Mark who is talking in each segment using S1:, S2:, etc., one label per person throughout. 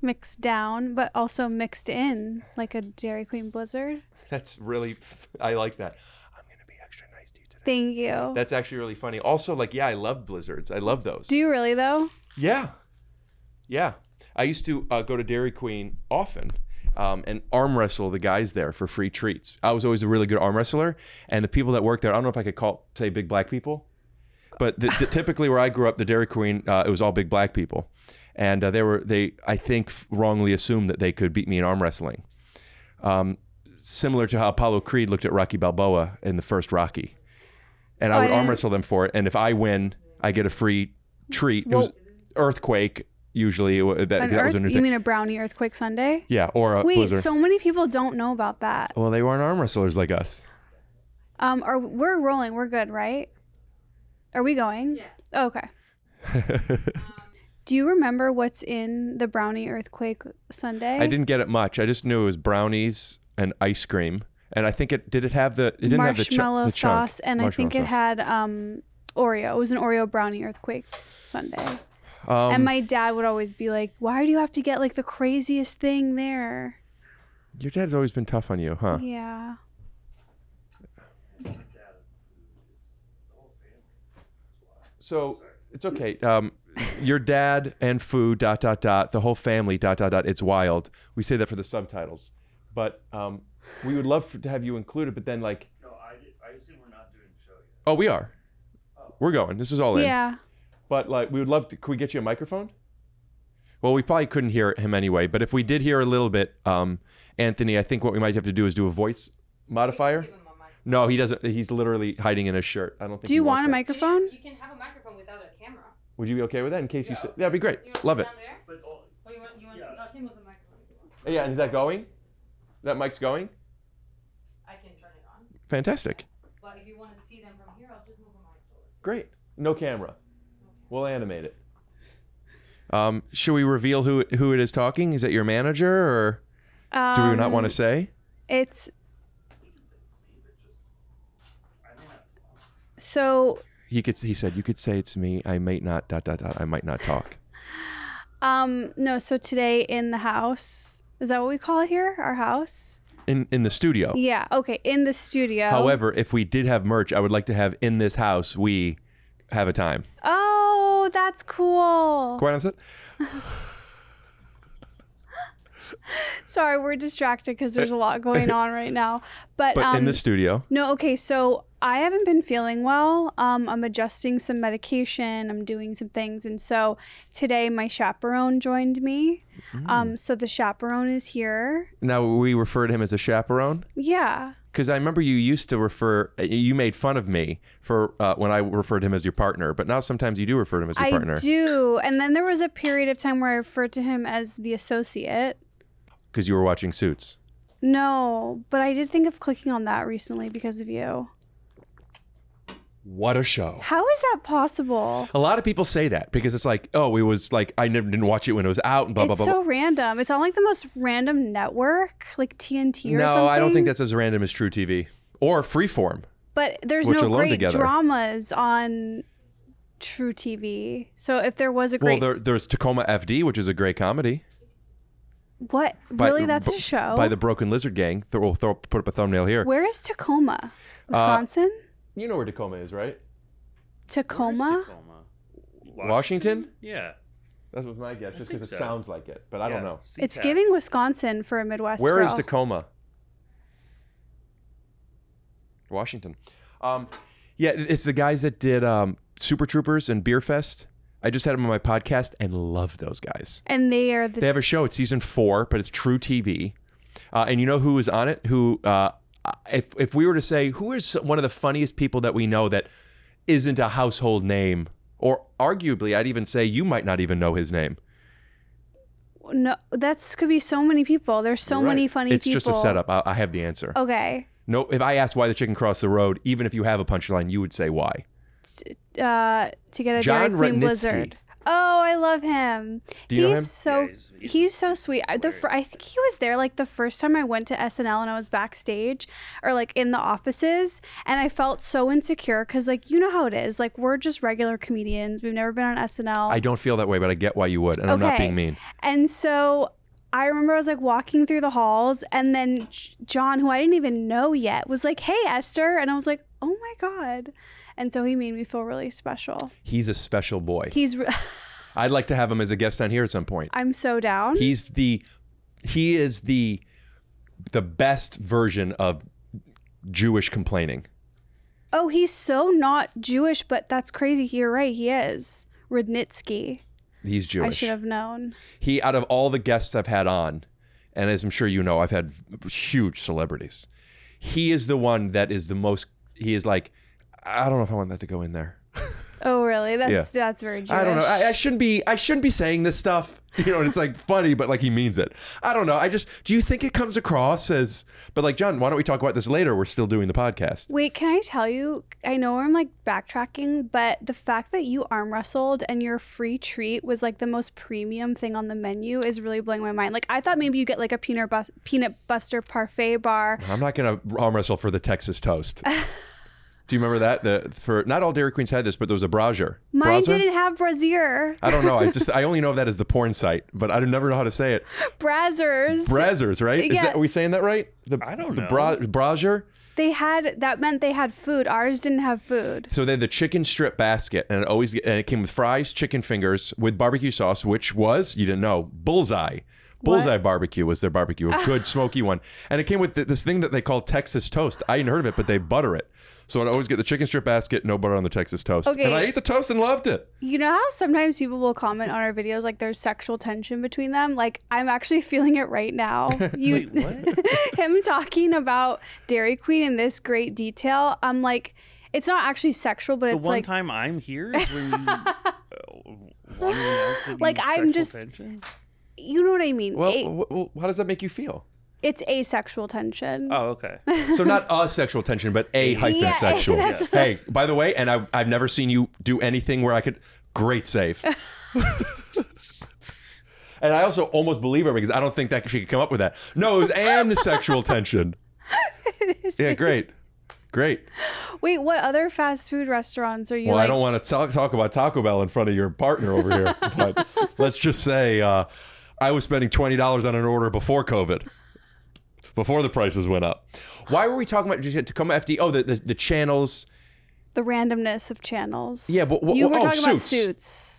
S1: mixed down, but also mixed in like a Dairy Queen Blizzard.
S2: That's really, I like that. I'm gonna be extra nice to you today.
S1: Thank you.
S2: That's actually really funny. Also, like, yeah, I love blizzards. I love those.
S1: Do you really though?
S2: Yeah, yeah. I used to uh, go to Dairy Queen often. Um, and arm wrestle the guys there for free treats. I was always a really good arm wrestler, and the people that worked there, I don't know if I could call say big black people, but the, the- typically where I grew up, the Dairy Queen, uh, it was all big black people, and uh, they were they I think f- wrongly assumed that they could beat me in arm wrestling, um, similar to how Apollo Creed looked at Rocky Balboa in the first Rocky, and I
S1: Oh, I
S2: would arm
S1: didn't-
S2: wrestle them for it, and if I win, I get a free treat. it was
S1: Well-
S2: earthquake. Usually, it wa- that,
S1: An
S2: that
S1: earth?
S2: was a new
S1: You
S2: thing.
S1: mean a brownie earthquake Sunday?
S2: yeah, or a
S1: Wait,
S2: blizzard.
S1: so many people don't know about that.
S2: Well, they weren't arm wrestlers like us.
S1: Um, are we're rolling? We're good, right? Are we going? Yeah. Okay. Do you remember what's in the brownie earthquake Sunday?
S2: I didn't get it much. I just knew it was brownies and ice cream. And I think it did it have the it didn't have the, chu-
S1: marshmallow
S2: the chunk.
S1: sauce, and I
S2: Marshmallow
S1: think it
S2: sauce.
S1: had um, Oreo. It was an Oreo brownie earthquake Sunday.
S2: Um,
S1: and my dad would always be like, "Why do you have to get like the craziest thing there?"
S2: Your dad's always been tough on you, huh?
S1: Yeah.
S3: Oh,
S2: So it's okay. Um, your dad and food dot dot dot the whole family dot dot dot. It's wild. We say that for the subtitles, but um, we would love for, to have you included. But then like,
S3: No, I, did- I assume we're not doing the show yet. Oh.
S2: oh, we are. We're going. This is all in.
S1: Yeah.
S2: But like, we would love to. Could we get you a microphone? Well, we probably couldn't hear him anyway. But if we did hear a little bit, um, Anthony, I think what we might have to do is do a voice modifier. No, he doesn't. He's literally hiding in his shirt. I don't think.
S1: Do
S2: he
S1: you
S2: wants
S1: want a
S2: it.
S1: microphone?
S4: You can have a microphone without a camera.
S2: Would you be okay with that in case you?
S3: Yeah.
S2: Sit? That'd be great.
S4: You want
S2: Love
S4: sit
S2: it.
S4: down there?
S3: But all,
S4: Or you want you want
S3: Yeah.
S4: to sit, I can move the microphone if you want.
S2: Yeah, and is that going? That mic's going.
S4: I can turn it on.
S2: Fantastic.
S4: But if you want to see them from here, I'll just move the mic forward.
S2: Great. No camera. We'll animate it. Um, should we reveal who who it is talking? Is that your manager, or
S1: Um,
S2: do we not want to say?
S1: It's. So
S2: He could. He said, "You could say it's me. I might not. Dot dot dot. I might not talk."
S1: Um, no, so today in the house, is that what we call it here? Our house?
S2: in in the studio.
S1: Yeah, okay, in the studio.
S2: However, if we did have merch, I would like to have in this house we have a time.
S1: Oh, that's cool.
S2: Quite honestly,
S1: Sorry, we're distracted because there's a lot going on right now. But,
S2: but
S1: um,
S2: in the studio.
S1: No, okay, so I haven't been feeling well. Um, I'm adjusting some medication, I'm doing some things. And so today my chaperone joined me.
S2: Mm.
S1: Um, so the chaperone is here.
S2: Now we refer to him as a chaperone
S1: Yeah.
S2: because I remember you used to refer. uh, You made fun of me for uh, when I referred to him as your partner, but now sometimes you do refer to him as your
S1: I
S2: partner
S1: do. And then there was a period of time where I referred to him as the associate.
S2: because you were watching Suits.
S1: No, but I did think of clicking on that recently because of you.
S2: What a show!
S1: How is that possible?
S2: A lot of people say that because it's like, oh, it was like I never didn't watch it when it was out and blah blah
S1: it's
S2: blah.
S1: so
S2: blah.
S1: random. It's on like the most random network, like TNT or
S2: no,
S1: something.
S2: I don't think that's as random as True TV or Freeform.
S1: But there's
S2: which
S1: no
S2: alone
S1: great
S2: together.
S1: dramas on True TV. So if there was a
S2: Well,
S1: great
S2: there, there's Tacoma FD, which is a great comedy.
S1: what
S2: by-
S1: really that's
S2: b-
S1: a show.
S2: by the Broken Lizard Gang. Th- we'll throw, put up a thumbnail here.
S1: Where is Tacoma,
S2: Uh,
S1: Wisconsin?
S2: you know where Tacoma is, right?
S1: Tacoma.
S2: Washington.
S3: Yeah.
S2: That was my guess, just
S3: think
S2: because it
S3: so.
S2: sounds like it, but I don't know.
S1: It's giving Wisconsin for a Midwest
S2: Where is
S1: girl.
S2: Tacoma? Washington. Um, yeah, it's the guys that did um, Super Troopers and Beer Fest. I just had them on my podcast and love those guys.
S1: And they are the
S2: They have a show. It's season four, but it's True TV. Uh, and you know who is on it? Who, uh, if if we were to say who is one of the funniest people that we know that isn't a household name, or arguably, I'd even say you might not even know his name.
S1: no. That's could be so many people. There's so many funny
S2: It's
S1: people.
S2: just a setup. I, I have the answer.
S1: Okay.
S2: No, if I asked why the chicken crossed the road, even if you have a punchline, you would say why.
S1: uh, to get a
S2: John
S1: Dairy Queen
S2: Rutnitsky.
S1: Blizzard. Oh, I love him.
S2: Do you know
S1: he's
S2: him?
S1: so
S3: Yeah, he's-
S1: he's,
S3: he's-
S1: so sweet. I, the fir- I think he was there like the first time I went to SNL and I was backstage or like in the offices and I felt so insecure cuz like you know how it is. Like we're just regular comedians. We've never been on SNL.
S2: I don't feel that way, but I get why you would, and I'm not
S1: Okay.
S2: being mean.
S1: And so I remember I was like walking through the halls, and then J- John, who I didn't even know yet, was like, Hey, Esther. And I was like, Oh my God. And so he made me feel really special.
S2: He's a special boy.
S1: He's, re-
S2: I'd like to have him as a guest on here at some point.
S1: I'm so down.
S2: He's the he is the the best version of Jewish complaining.
S1: oh, he's so not Jewish, but that's crazy. You're right. He is. Rudnitsky.
S2: He's
S1: I
S2: Jewish.
S1: should have known.
S2: He out of all the guests I've had on, and as I'm sure you know, I've had huge celebrities. He is the one that is the most he is like I don't know if I want that to go in there.
S1: Oh, really? That's that's very Jewish.
S2: I don't know. I, I shouldn't be. I shouldn't be saying this stuff. You know, and it's like funny, but like he means it. I don't know. I just. Do you think it comes across as? But like John, why don't we talk about this later? We're still doing the podcast.
S1: Wait, can I tell you? I know I'm like backtracking, but the fact that you arm wrestled and your free treat was like the most premium thing on the menu is really blowing my mind. Like I thought maybe you get like a peanut bus- peanut buster parfait bar.
S2: I'm not gonna arm wrestle for the Texas toast. do you remember that? The for not all Dairy Queens had this, but there was a brazier.
S1: Mine
S2: Brazier?
S1: didn't have brazier.
S2: I don't know. I just I only know of that as the porn site, but I never know how to say it.
S1: Brazzers.
S2: Brazzers, right? Is
S1: Yeah.
S2: that, are we saying that right? The,
S3: I don't
S2: the
S3: know.
S2: Bra- brazier.
S1: they had that meant they had food. Ours didn't have food.
S2: So they had the chicken strip basket, and it always and it came with fries, chicken fingers with barbecue sauce, which was you didn't know bullseye. Bullseye barbecue was their barbecue, a good smoky one, and it came with th- this thing that they call Texas toast. I hadn't heard of it, but they butter it. So I'd always get the chicken strip basket, no butter on the Texas toast, and
S1: Okay.
S2: I ate the toast and loved it.
S1: You know how sometimes people will comment on our videos like there's sexual tension between them? Like I'm actually feeling it right now. You
S3: Wait, what?
S1: him talking about Dairy Queen in this great detail. I'm like it's not actually sexual, but
S3: the
S1: it's
S3: one
S1: like
S3: time I'm here is when you. uh, want to announce that
S1: Like,
S3: you
S1: I'm
S3: sexual
S1: just-
S3: tension?
S1: you know what I mean.
S2: Well, oh.
S1: A-
S2: w- w- how does that make you feel?
S1: it's asexual tension.
S3: Oh, okay.
S2: So not a sexual tension, but a hyphen
S1: Yeah,
S2: sexual.
S1: that's-
S2: Hey, by the way, and I, I've never seen you do anything where I could. Great save. and I also almost believe her because I don't think that she could come up with that. No, it was and the sexual tension. Yeah, great, great.
S1: Wait, what other fast food restaurants are you
S2: Well,
S1: like?
S2: I don't want to talk, talk about Taco Bell in front of your partner over here, but let's just say uh, I was spending twenty dollars on an order before COVID, before the prices went up. Why were we talking about just to come FD? Oh, the, the the channels.
S1: the randomness of channels.
S2: Yeah, but what-
S1: you were
S2: oh,
S1: talking about
S2: Suits.
S1: suits.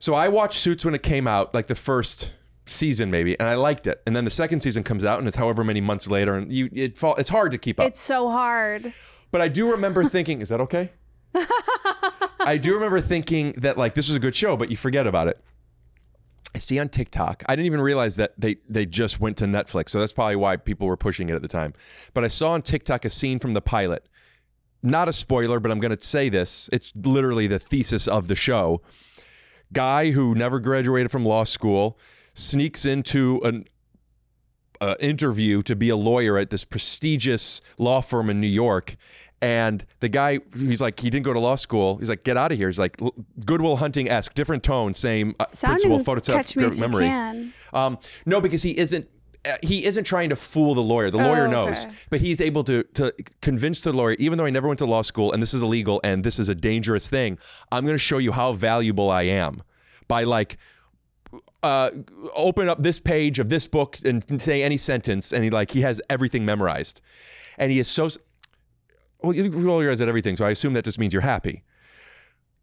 S2: So I watched Suits when it came out, like the first season maybe, and I liked it. And then the second season comes out, and it's however many months later, and you it fall, it's hard to keep up.
S1: It's so hard.
S2: But I do remember thinking, is that okay? I do remember thinking that like this was a good show, but you forget about it. I see on TikTok. I didn't even realize that they they just went to Netflix, so that's probably why people were pushing it at the time. But I saw on TikTok a scene from the pilot. Not a spoiler, but I'm going to say this. It's literally the thesis of the show. Guy who never graduated from law school sneaks into an uh, interview to be a lawyer at this prestigious law firm in New York. And the guy, he's like, he didn't go to law school. He's like, get out of here. He's like, "L- Goodwill Hunting esque, different tone, same uh, principle,
S1: Sounding
S2: photo
S1: catch me if you
S2: memory.
S1: can.
S2: Um, no, because he isn't. uh, He isn't trying to fool the lawyer. The lawyer
S1: okay.
S2: knows, but he's able to to convince the lawyer. Even though I never went to law school, and this is illegal, and this is a dangerous thing, I'm going to show you how valuable I am by like uh, open up this page of this book and say any sentence, and he like he has everything memorized, and he is so. Well, you roll your eyes at everything, so I assume that just means you're happy.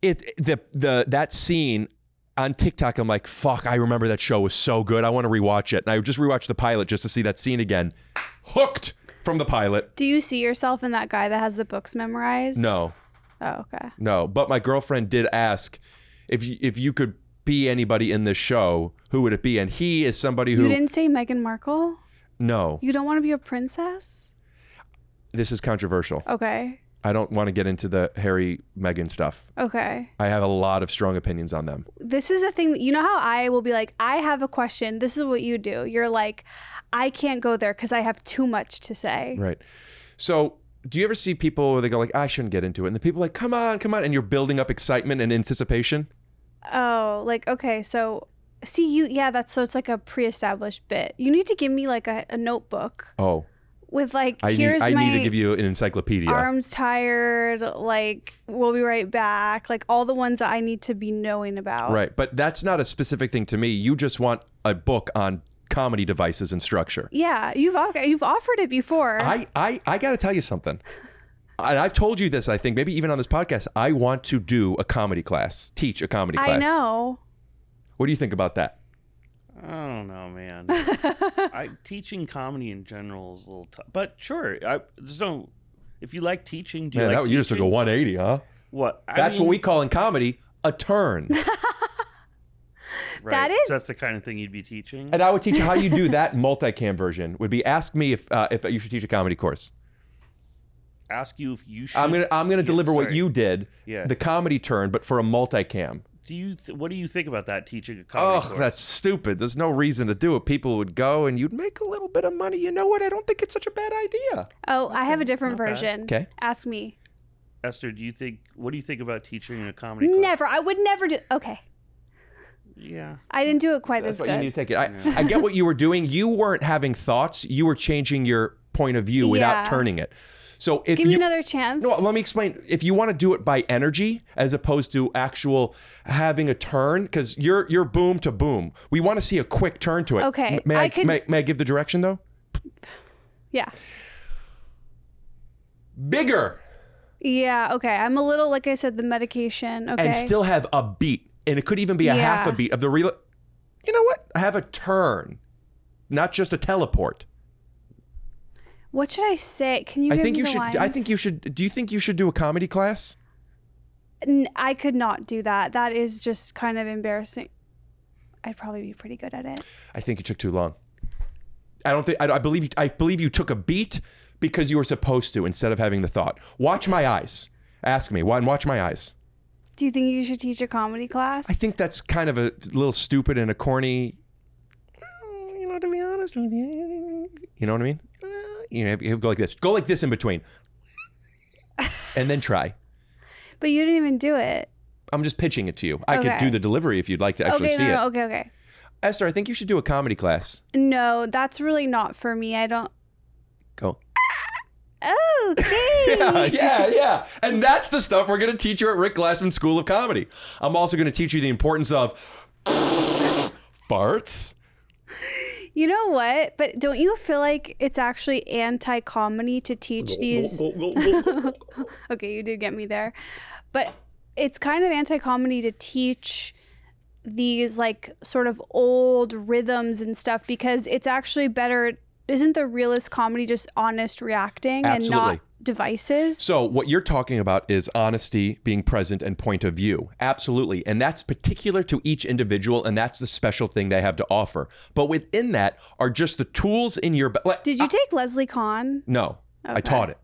S2: It the the that scene on TikTok, I'm like, fuck, I remember that show was so good. I want to rewatch it, and I just rewatched the pilot just to see that scene again. Hooked from the pilot.
S1: Do you see yourself in that guy that has the books memorized?
S2: No,
S1: Oh, okay.
S2: no, but my girlfriend did ask if you, if you could be anybody in this show, who would it be? And he is somebody
S1: You
S2: who
S1: didn't say Meghan Markle?
S2: no,
S1: You don't want to be a princess?
S2: this is controversial.
S1: Okay.
S2: I don't want to get into the Harry Meghan stuff.
S1: Okay.
S2: I have a lot of strong opinions on them.
S1: This is a thing that you know how I will be like, I have a question. This is what you do. You're like, I can't go there because I have too much to say.
S2: Right. So, do you ever see people where they go like, "I shouldn't get into it," and the people like, "Come on, come on," and you're building up excitement and anticipation?
S1: Oh, like okay, so see you yeah, that's so it's like a pre-established bit. You need to give me like a, a notebook
S2: Oh,
S1: with like
S2: I, need,
S1: here's
S2: I
S1: my
S2: need to give you an encyclopedia.
S1: arms tired, like we'll be right back, like all the ones that I need to be knowing about.
S2: Right. But that's not a specific thing to me. You just want a book on comedy devices and structure.
S1: Yeah, you've off- you've offered it before.
S2: I, I, I got to tell you something. And I've told you this, I think, maybe even on this podcast. I want to do a comedy class, teach a comedy class.
S1: I know.
S2: What do you think about that?
S3: I don't know, man. I teaching comedy in general is a little tough, but sure. I there's no. If you like teaching, do you
S2: Man,
S3: like
S2: that, you just took
S3: teaching?
S2: a 180, huh?
S3: What? I
S2: That's
S3: mean,
S2: what we call in comedy a turn.
S3: right.
S1: That is-
S3: So that's the kind of thing you'd be teaching.
S2: and I would teach you how you do that multicam version. Would be ask me if uh, if you should teach a comedy course.
S3: Ask you if you should.
S2: I'm gonna I'm gonna
S3: Yeah,
S2: deliver what
S3: sorry.
S2: you did,
S3: Yeah.
S2: the comedy turn, but for a multicam.
S3: Do you? Th- what do you think about that teaching a comedy
S2: Oh,
S3: course?
S2: that's stupid. There's no reason to do it. People would go and you'd make a little bit of money. You know what? I don't think it's such a bad idea.
S1: Oh, I have a different
S3: not bad.
S1: version.
S2: Okay.
S1: Ask me.
S3: Esther, do you think? What do you think about teaching a comedy? class?
S1: Never. I would never do Okay.
S3: Yeah.
S1: I didn't do it quite
S2: That's
S1: as
S2: what
S1: good.
S2: you need to take it. I, I get what you were doing. You weren't having thoughts. You were changing your point of view
S1: Yeah.
S2: without turning it. So if
S1: Give
S2: you
S1: me another chance.
S2: No, let me explain. If you want to do it by energy as opposed to actual having a turn, because you're you're boom to boom. We want to see a quick turn to it.
S1: Okay,
S2: M- May
S1: I
S2: I,
S1: could-
S2: may, may I give the direction though?
S1: yeah.
S2: Bigger
S1: Yeah, okay. I'm a little like I said the medication, okay?
S2: and still have a beat, and it could even be a half a
S1: Yeah.
S2: beat of the real. You know what? Have a turn, not just a teleport.
S1: What should I say? Can you
S2: I
S1: give
S2: think
S1: me
S2: you
S1: the
S2: should.
S1: lines?
S2: I think you should. Do you think you should do a comedy class?
S1: N- I could not do that. That is just kind of embarrassing. I'd probably be pretty good at it.
S2: I think you took too long. I don't think I, I believe you, I believe you took a beat because you were supposed to instead of having the thought. Watch my eyes. Ask me why and watch my eyes.
S1: Do you think you should teach a comedy class?
S2: I think that's kind of a little stupid and a corny. You know, to be honest with you, you know what I mean. Uh, You know, he'll go like this. Go like this in between, and then try.
S1: But you didn't even do it.
S2: I'm just pitching it to you. I
S1: Okay.
S2: could do the delivery if you'd like to actually
S1: okay,
S2: see
S1: no,
S2: it.
S1: no, okay, okay.
S2: Esther, I think you should do a comedy class.
S1: No, that's really not for me. I don't
S2: Go.
S1: Okay.
S2: yeah, yeah, yeah. And that's the stuff we're going to teach you at Rick Glassman School of Comedy. I'm also going to teach you the importance of farts.
S1: You know what? But don't you feel like it's actually anti comedy to teach these? okay, you did get me there. But it's kind of anti comedy to teach these like sort of old rhythms and stuff because it's actually better. Isn't the realist comedy just honest reacting and
S2: Absolutely.
S1: not devices?
S2: So, what you're talking about is honesty, being present, and point of view. Absolutely. And that's particular to each individual, and that's the special thing they have to offer. But within that are just the tools in your. ba- Like,
S1: did you take Leslie Kahn?
S2: No, I
S1: Okay.
S2: taught it.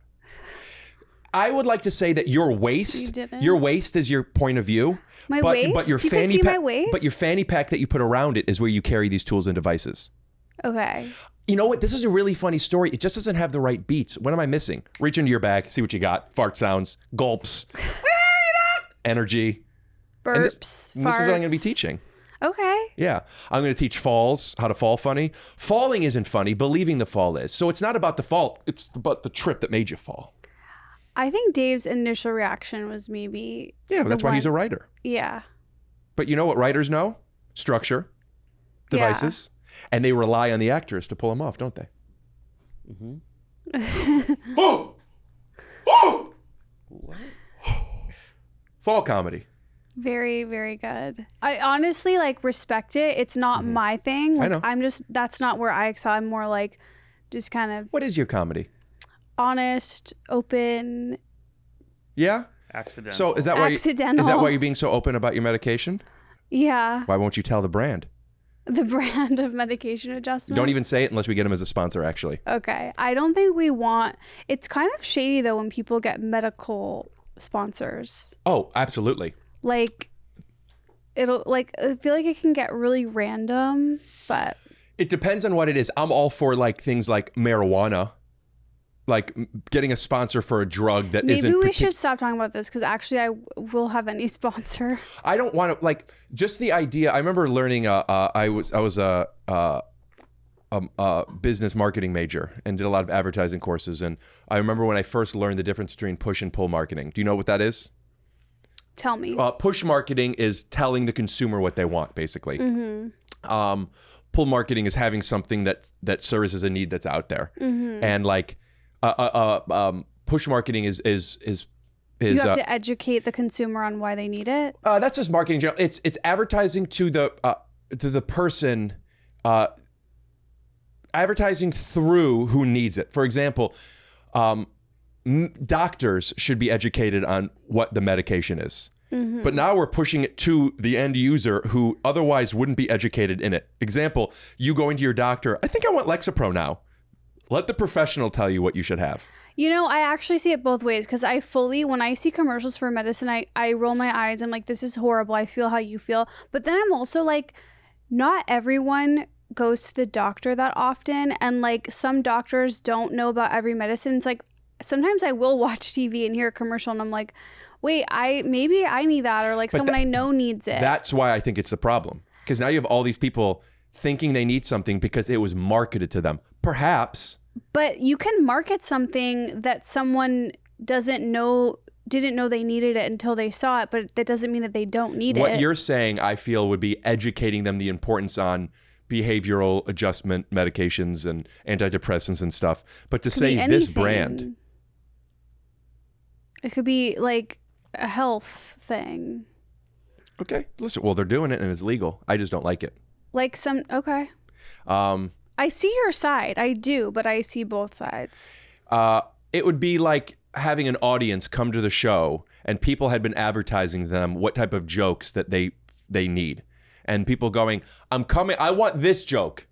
S2: I would like to say that your
S1: You
S2: waist,
S1: didn't?
S2: your waist is your point of view.
S1: My
S2: but,
S1: waist?
S2: but your
S1: You can
S2: fanny
S1: see
S2: pack,
S1: my waist?
S2: but your fanny pack that you put around it is where you carry these tools and devices.
S1: Okay.
S2: You know what? This is a really funny story. It just doesn't have the right beats. What am I missing? Reach into your bag, see what you got. Fart sounds, gulps, energy.
S1: Burps.
S2: And this- and this is what I'm going to be
S1: farts.
S2: teaching.
S1: Okay.
S2: Yeah. I'm going to teach falls, how to fall funny. Falling isn't funny, believing the fall is. So it's not about the fall, it's about the trip that made you fall.
S1: I think Dave's initial reaction was maybe.
S2: Yeah, that's
S1: the
S2: why he's a
S1: one-
S2: writer.
S1: Yeah.
S2: But you know what writers know? Structure,
S1: Yeah.
S2: devices, and they rely on the actors to pull them off, don't they?
S3: Mhm.
S1: Mm-hmm.
S2: oh! Oh!
S3: What?
S2: Fall comedy.
S1: Very, very good. I honestly like respect it. It's not my thing. Like,
S2: Mm-hmm. know.
S1: I'm just that's not where I excel. I'm more like just kind of
S2: What is your comedy?
S1: honest, open.
S2: Yeah.
S3: Accidental.
S2: So is that why? You, is that
S1: Accidental.
S2: why you're being so open about your medication?
S1: Yeah,
S2: Why won't you tell the brand?
S1: the brand of medication adjustment.
S2: Don't even say it unless we get them as a sponsor. Actually,
S1: Okay, I don't think we want. It's kind of shady though when people get medical sponsors.
S2: oh, absolutely.
S1: Like, it'll like I feel like it can get really random, but
S2: It depends on what it is. I'm all for like things like marijuana. like m- getting a sponsor for a drug that
S1: Maybe
S2: not
S1: we should stop talking about this because actually I w- will have any sponsor.
S2: I don't want to like just the idea. I remember learning. Uh, uh, I was I was a, uh um uh business marketing major and did a lot of advertising courses. And I remember when I first learned the difference between push and pull marketing. Do you know what that is?
S1: Tell me.
S2: Uh, push marketing is telling the consumer what they want, basically.
S1: Mm-hmm.
S2: Um, pull marketing is having something that that services a need that's out there,
S1: Mm-hmm.
S2: and like uh, uh, uh, um, push marketing is is is
S1: you
S2: is
S1: have
S2: uh,
S1: to educate the consumer on why they need it.
S2: uh, that's just marketing. in general. It's it's advertising to the uh, to the person, uh, advertising through who needs it. For example, um, m- doctors should be educated on what the medication is. But now we're pushing it to the end user who otherwise wouldn't be educated in it. Example: You going to your doctor. I think I want Lexapro now. Let the professional tell you what you should have.
S1: You know, I actually see it both ways because I fully, when I see commercials for medicine, I, I roll my eyes. I'm like, this is horrible. I feel how you feel. But then I'm also like, not everyone goes to the doctor that often. And like, some doctors don't know about every medicine. It's like, sometimes I will watch TV and hear a commercial and I'm like, wait, I maybe I need that or like
S2: But
S1: someone
S2: that-
S1: I know needs it.
S2: That's why I think it's the problem. Because now you have all these people thinking they need something because it was marketed to them. Perhaps.
S1: but you can market something that someone doesn't know didn't know they needed it until they saw it but that doesn't mean that they don't need
S2: What
S1: it
S2: you're saying, I feel, would be educating them the importance on behavioral adjustment medications and antidepressants and stuff. But to
S1: Could
S2: say
S1: be
S2: this
S1: anything.
S2: brand,
S1: it could be like a health thing
S2: okay, listen, well, they're doing it and it's legal. I just don't like it.
S1: like some okay
S2: Um,
S1: i see your side i do but i see both sides
S2: uh, it would be like having an audience come to the show and people had been advertising them what type of jokes that they they need and people going i'm coming i want this joke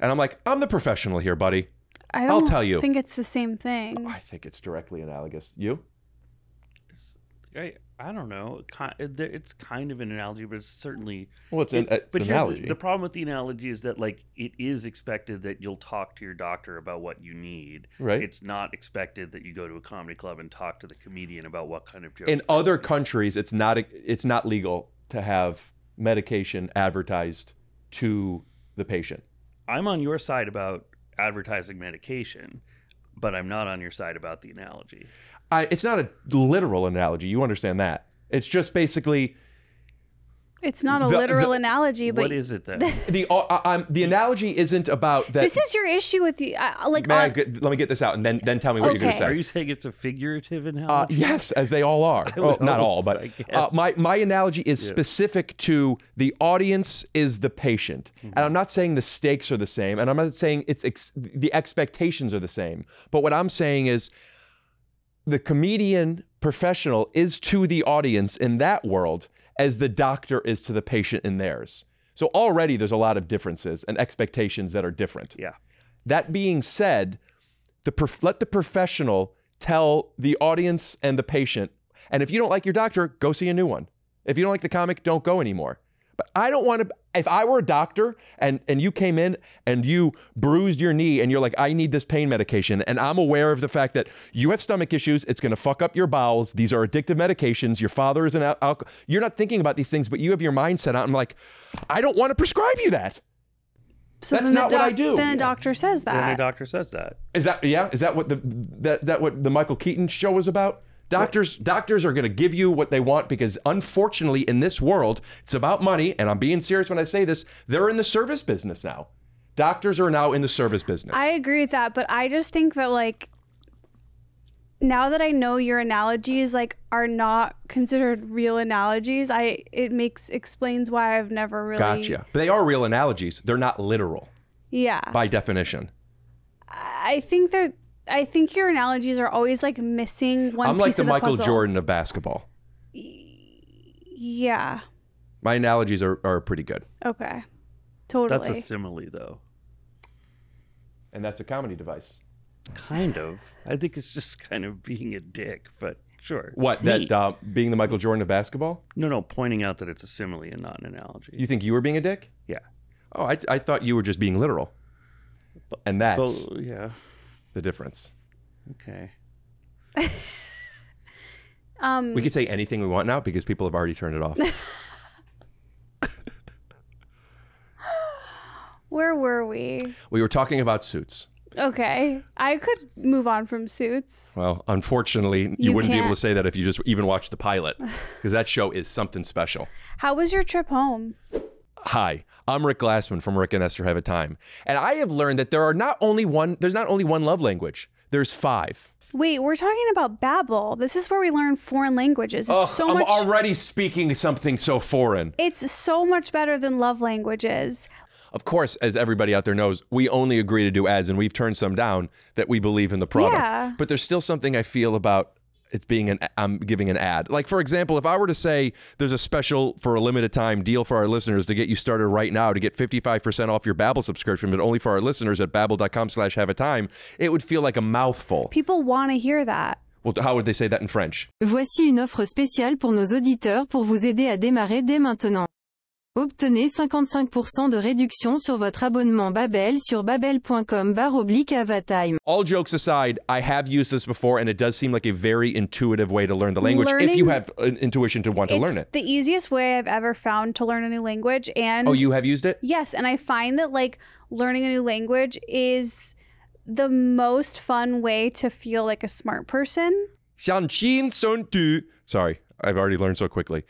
S2: and i'm like i'm the professional here buddy
S1: i don't
S2: I'll tell you. Uh,
S1: think it's the same thing
S2: i think it's directly analogous you
S3: I, I don't know. Ki- It's kind of an analogy, but it's certainly
S2: well it's
S3: It- but here's the, the problem with the analogy is that like it is expected that you'll talk to your doctor about what you need.
S2: Right.
S3: It's not expected that you go to a comedy club and talk to the comedian about what kind of jokes.
S2: in
S3: they-
S2: other countries it's not it's not legal to have medication advertised to the patient
S3: I'm on your side about advertising medication, but I'm not on your side about the analogy.
S2: I, it's not a literal analogy you understand that it's just basically
S1: it's not a
S2: The-
S1: literal
S2: the-
S1: analogy but
S3: what is it then?
S2: the uh, I'm, the analogy isn't about that.
S1: this is your issue with the uh, like
S2: May I
S1: on-
S2: get- let me get this out, and then then tell me what you're going
S1: Okay.
S2: to say.
S3: Are you saying it's a figurative
S2: Uh,
S3: analogy?
S2: yes, as they all are.
S3: would
S2: Oh, not
S3: hope,
S2: all, but
S3: I
S2: uh,
S3: guess.
S2: my my analogy is specific to the audience is the patient,
S3: Mm-hmm.
S2: and I'm not saying the stakes are the same, and I'm not saying it's ex- the expectations are the same. But what I'm saying is the comedian professional is to the audience in that world as the doctor is to the patient in theirs. So already there's a lot of differences and expectations that are different.
S3: Yeah.
S2: That being said, the prof- let the professional tell the audience and the patient. And if you don't like your doctor, go see a new one. If you don't like the comic, don't go anymore. But I don't want to. If I were a doctor and and you came in and you bruised your knee and you're like, I need this pain medication, and I'm aware of the fact that you have stomach issues, it's going to fuck up your bowels. These are addictive medications. Your father is an al- alcohol. You're not thinking about these things, but you have your mindset out. I'm like, I don't want to prescribe you that.
S1: so
S2: That's
S1: then the
S2: not what I
S1: doc-
S2: do.
S1: then the doctor says
S2: Uh,
S3: Then the
S1: that
S3: doctor says that.
S2: Is that yeah? Is that what the that that what the Michael Keaton show was about? Doctors doctors are going to give you what they want because unfortunately in this world it's about money and I'm being serious when I say this. They're in the service business now. Doctors are now in the service business.
S1: I agree with that, but I just think that like now that I know your analogies like are not considered real analogies, I it makes explains why I've never really
S2: gotcha. But they are real analogies. They're not literal
S1: Yeah.
S2: by definition.
S1: I think they're I think your analogies are always like missing one
S2: I'm like
S1: piece
S2: the
S1: of
S2: Michael
S1: puzzle.
S2: Jordan of basketball.
S1: Yeah.
S2: My analogies are, are pretty good.
S1: Okay. Totally.
S3: That's a simile, though.
S2: And that's a comedy device.
S3: Kind of. I think it's just kind of being a dick, but sure.
S2: What
S3: Me.
S2: that uh, being the Michael Jordan of basketball?
S3: No, no, pointing out that it's a simile and not an analogy.
S2: You think you were being a dick?
S3: yeah.
S2: Oh, I, I thought you were just being literal. And that's
S3: Well, yeah.
S2: the difference.
S3: Okay.
S1: Um,
S2: We could say anything we want now because people have already turned it off.
S1: where were we?
S2: we were talking about suits.
S1: Okay, I could move on from Suits.
S2: Well, unfortunately, you,
S1: You
S2: wouldn't be able
S1: can't.
S2: to say that if you just even watched the pilot because that show is something special.
S1: How was your trip home?
S2: Hi, I'm Rick Glassman from Rick and Esther Have a Time, and I have learned that there are not only one there's not only one love language. There's five.
S1: Wait, we're talking about Babbel. This is where we learn foreign languages. It's
S2: Ugh,
S1: so
S2: I'm
S1: much.
S2: already speaking something so foreign.
S1: It's so much better than love languages.
S2: Of course, as everybody out there knows, we only agree to do ads and we've turned some down that we believe in the product.
S1: Yeah.
S2: But there's still something I feel about it's being an I'm giving an ad. Like for example, if I were to say there's a special for a limited time deal for our listeners to get you started right now to get 55% off your Babbel subscription, but only for our listeners at babbel.com slash have a time, it would feel like a mouthful.
S1: People want to hear that.
S2: Well, how would they say that in French?
S5: Voici une offre spéciale pour nos auditeurs pour vous aider à démarrer dès maintenant. Obtenez 55% de réduction sur votre abonnement Babel sur babel.com barre oblique avatime.
S2: All jokes aside, I have used this before and it does seem like a very intuitive way to learn the language if
S1: Learning-
S2: you have an intuition to want to
S1: it's
S2: learn it.
S1: the easiest way I've ever found to learn a new language. And
S2: Oh, you have used it?
S1: Yes, and I find that like learning a new language is the most fun way to feel like a smart person.
S2: Xianqin Sun Tu. Sorry, I've already learned so quickly.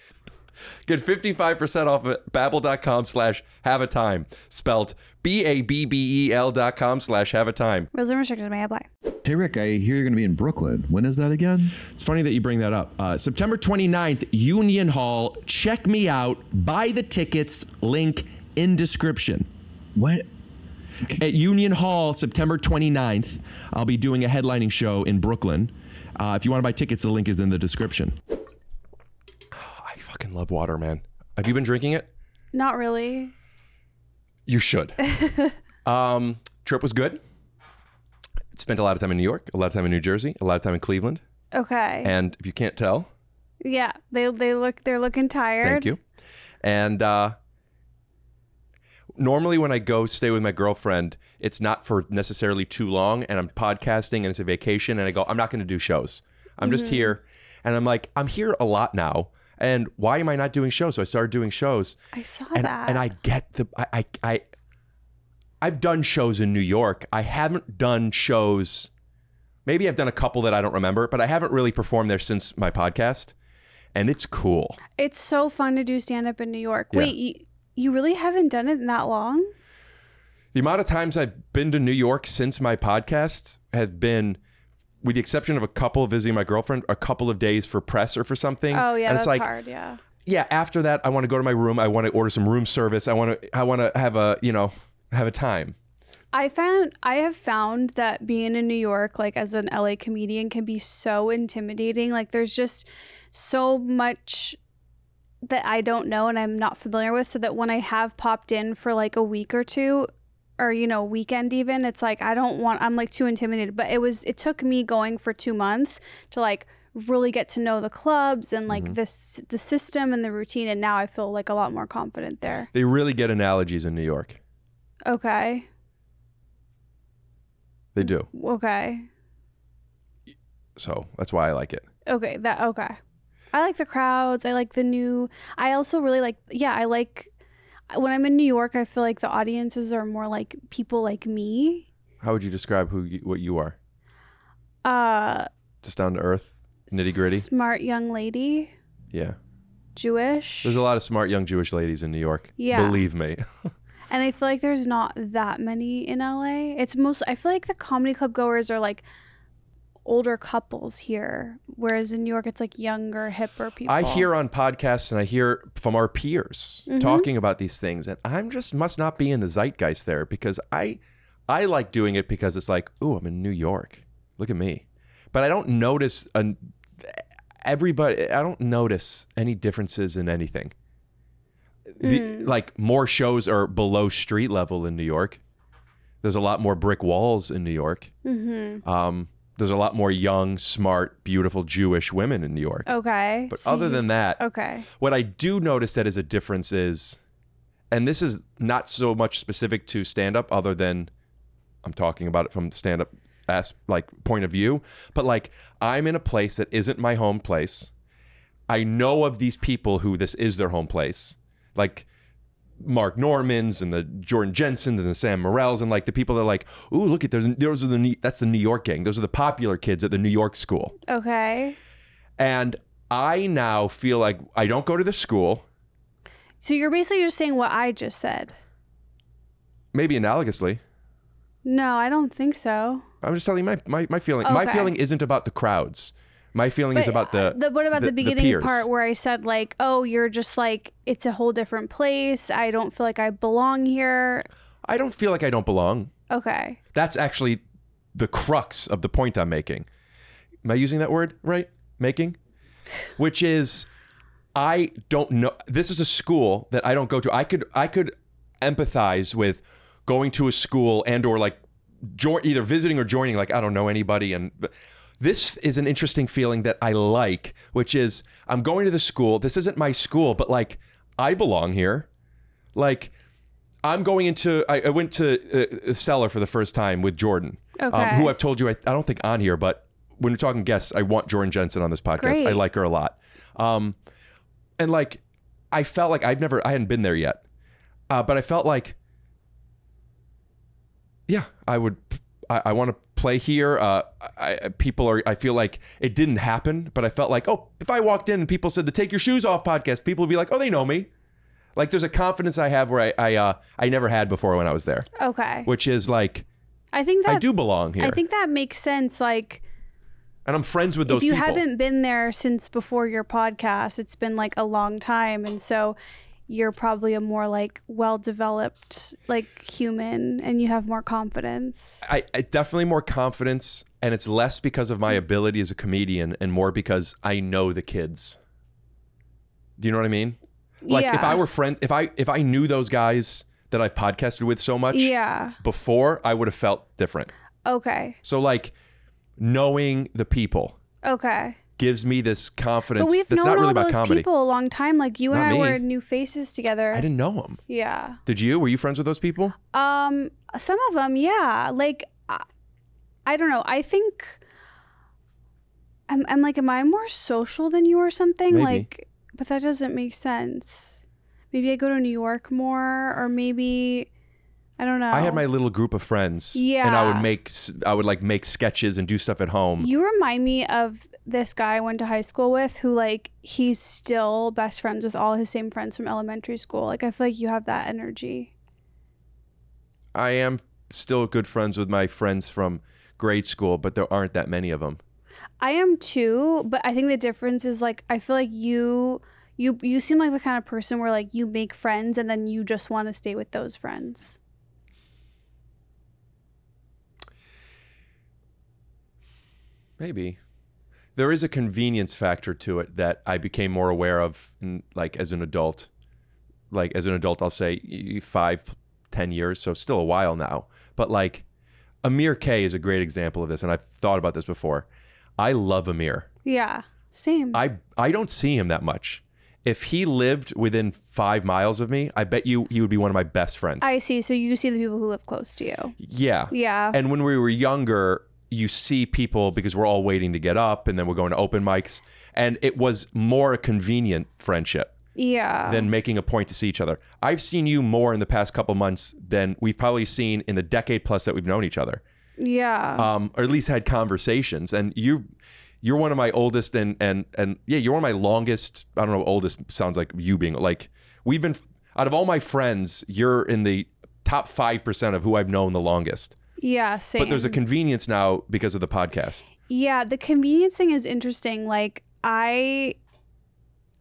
S2: Get 55% off at babbel.com slash have a time. Spelt B-A-B-B-E-L E dot com slash have a time.
S1: Rules and restrictions may apply.
S6: Hey, Rick, I hear you're going to be in Brooklyn. When is that again?
S2: It's funny that you bring that up. Uh, September 29th, Union Hall. Check me out. Buy the tickets. Link in description.
S6: What?
S2: At Union Hall, September 29th, I'll be doing a headlining show in Brooklyn. Uh, if you want to buy tickets, the link is in the description. I fucking love water, man. Have you been drinking it?
S1: Not really.
S2: You should. um, trip was good. Spent a lot of time in New York, a lot of time in New Jersey, a lot of time in Cleveland.
S1: Okay.
S2: And if you can't tell,
S1: yeah, they they look they're looking tired.
S2: Thank you. And uh, normally, when I go stay with my girlfriend, it's not for necessarily too long, and I'm podcasting and it's a vacation, and I go, I'm not going to do shows. I'm just here. And I'm like, I'm here a lot now. And why am I not doing shows? So I started doing shows
S1: I saw
S2: and,
S1: that.
S2: and I get the I, I I I've done shows in New York. I haven't done shows. Maybe I've done a couple that I don't remember, but I haven't really performed there since my podcast, and it's cool.
S1: it's so fun to do stand up in New York.
S2: Yeah.
S1: Wait, you, you really haven't done it in that long?
S2: The amount of times I've been to New York since my podcast have been, with the exception of a couple visiting my girlfriend, a couple of days for press or for something.
S1: Oh yeah,
S2: and
S1: that's
S2: it's like,
S1: hard. Yeah.
S2: yeah. After that, I want to go to my room. I want to order some room service. I want to I want to have a you know have a time.
S1: I found I have found that being in New York, like as an LA comedian, can be so intimidating. Like there's just so much that I don't know and I'm not familiar with. So that when I have popped in for like a week or two, or you know, weekend even, it's like I don't want. I'm like too intimidated. But it was it took me going for two months to like really get to know the clubs and like this the system and the routine. And now I feel like a lot more confident there.
S2: They really get analogies in New York.
S1: Okay.
S2: They do.
S1: Okay.
S2: So that's why I like it.
S1: Okay, that okay. I like the crowds. I like the new. I also really like. Yeah, I like. When I'm in New York, I feel like the audiences are more like people like me.
S2: How would you describe who you, what you are?
S1: Uh,
S2: Just down to earth, nitty gritty.
S1: Smart young lady,
S2: Yeah.
S1: Jewish.
S2: There's a lot of smart young Jewish ladies in New York.
S1: Yeah.
S2: Believe me.
S1: and I feel like there's not that many in LA. It's most. I feel like the comedy club goers are like older couples here, whereas in New York, it's like younger, hipper people.
S2: I hear on podcasts and I hear from our peers talking about these things, and I'm just must not be in the zeitgeist there because I, I like doing it because it's like, oh, I'm in New York. Look at me, but I don't notice an, everybody. I don't notice any differences in anything. The, Like more shows are below street level in New York. There's a lot more brick walls in New York.
S1: Mm-hmm.
S2: Um, there's a lot more young, smart, beautiful Jewish women in New York.
S1: Oh, Okay.
S2: But
S1: so
S2: other
S1: you-
S2: than that,
S1: Okay.
S2: what I do notice that is a difference is, and this is not so much specific to stand up, other than I'm talking about it from stand up as like point of view, but like I'm in a place that isn't my home place. I know of these people who this is their home place, like Mark Normans and the Jordan Jensen and the Sam Morrells and like the people that are like, ooh, look at those. Those are the New- that's the New York gang. Those are the popular kids at the New York school.
S1: Okay.
S2: And I now feel like I don't go to the school.
S1: So you're basically just saying what I just said.
S2: Maybe analogously,
S1: No, I don't think so.
S2: I'm just telling you my my, my feeling. My
S1: Okay.
S2: feeling isn't about the crowds. My feeling is
S1: But,
S2: about
S1: uh,
S2: the,
S1: what about the, beginning
S2: peers.
S1: part where I said like, oh, you're just like it's a whole different place. I don't feel like I belong here.
S2: I don't feel like I don't belong.
S1: Okay.
S2: That's actually the crux of the point I'm making. Am I using that word right? Making? Which is I don't know this is a school that I don't go to. I could I could empathize with going to a school and or like jo- either visiting or joining like I don't know anybody and but this is an interesting feeling that I like, which is I'm going to the school. This isn't my school, but like I belong here. Like I'm going into. I, I went to uh, uh, cellar for the first time with Jordan, um,
S1: Okay.
S2: who I've told you I, I don't think on here, but when we're talking guests, I want Jordan Jensen on this podcast. I
S1: Great.
S2: like her a lot, um, and like I felt like I'd never, I hadn't been there yet, uh, but I felt like, yeah, I would. I, I want to play here. Uh, I, I- people are. I feel like it didn't happen, but I felt like, oh, if I walked in and people said the "Take Your Shoes Off" podcast, people would be like, oh, they know me. Like there's a confidence I have where I I, uh, I never had before when I was there,
S1: Okay.
S2: which is like
S1: I think that
S2: I do belong here,
S1: I think that makes sense. Like
S2: and I'm friends with those.
S1: if you
S2: people.
S1: haven't been there since before your podcast, it's been like a long time, and so you're probably a more like well developed like human, and you have more confidence.
S2: I, I definitely more confidence, and it's less because of my ability as a comedian, and more because I know the kids. Do you know what I mean? Like if
S1: Yeah.
S2: I were friend, if I if I knew those guys that I've podcasted with so much
S1: Yeah.
S2: before, I would have felt different.
S1: Okay.
S2: So like knowing the people
S1: Okay.
S2: gives me this confidence
S1: But we've
S2: that's
S1: known
S2: not really
S1: all
S2: about
S1: those
S2: comedy.
S1: people a long time. Like you and
S2: Not
S1: I
S2: me.
S1: were new faces together.
S2: I didn't know them.
S1: Yeah.
S2: Did you? Were you friends with those people?
S1: Um, some of them, yeah. Like, I, I don't know. I think I'm, I'm like, am I more social than you or something?
S2: Maybe.
S1: Like, but that doesn't make sense. Maybe I go to New York more, or maybe I don't know.
S2: I had my little group of friends, and I
S1: Yeah.
S2: would make s- I would like make sketches and do stuff at home.
S1: You remind me of this guy I went to high school with who, like, he's still best friends with all his same friends from elementary school. Like, I feel like you have that energy.
S2: I am still good friends with my friends from grade school, but there aren't that many of them.
S1: I am too, but I think the difference is like I feel like you you you seem like the kind of person where like you make friends and then you just want to stay with those friends.
S2: Maybe. There is a convenience factor to it that I became more aware of, in, like as an adult. Like as an adult, I'll say y- five, ten years, so still a while now. But like, Amir K is a great example of this, and I've thought about this before. I love Amir.
S1: Yeah. Same.
S2: I I don't see him that much. If he lived within five miles of me, I bet you he would be one of my best friends.
S1: I see. So you see the people who live close to you.
S2: yeah.
S1: Yeah.
S2: And when we were younger, you see people because we're all waiting to get up and then we're going to open mics. And it was more a convenient friendship
S1: yeah.
S2: than making a point to see each other. I've seen you more in the past couple months than we've probably seen in the decade plus that we've known each other,
S1: yeah.
S2: um, or at least had conversations. And you, you're one of my oldest and and and yeah, you're one of my longest. I don't know, oldest sounds like you being like we've been out of all my friends, you're in the top five percent of who I've known the longest.
S1: yeah, same.
S2: But there's a convenience now because of the podcast.
S1: Yeah, the convenience thing is interesting. Like I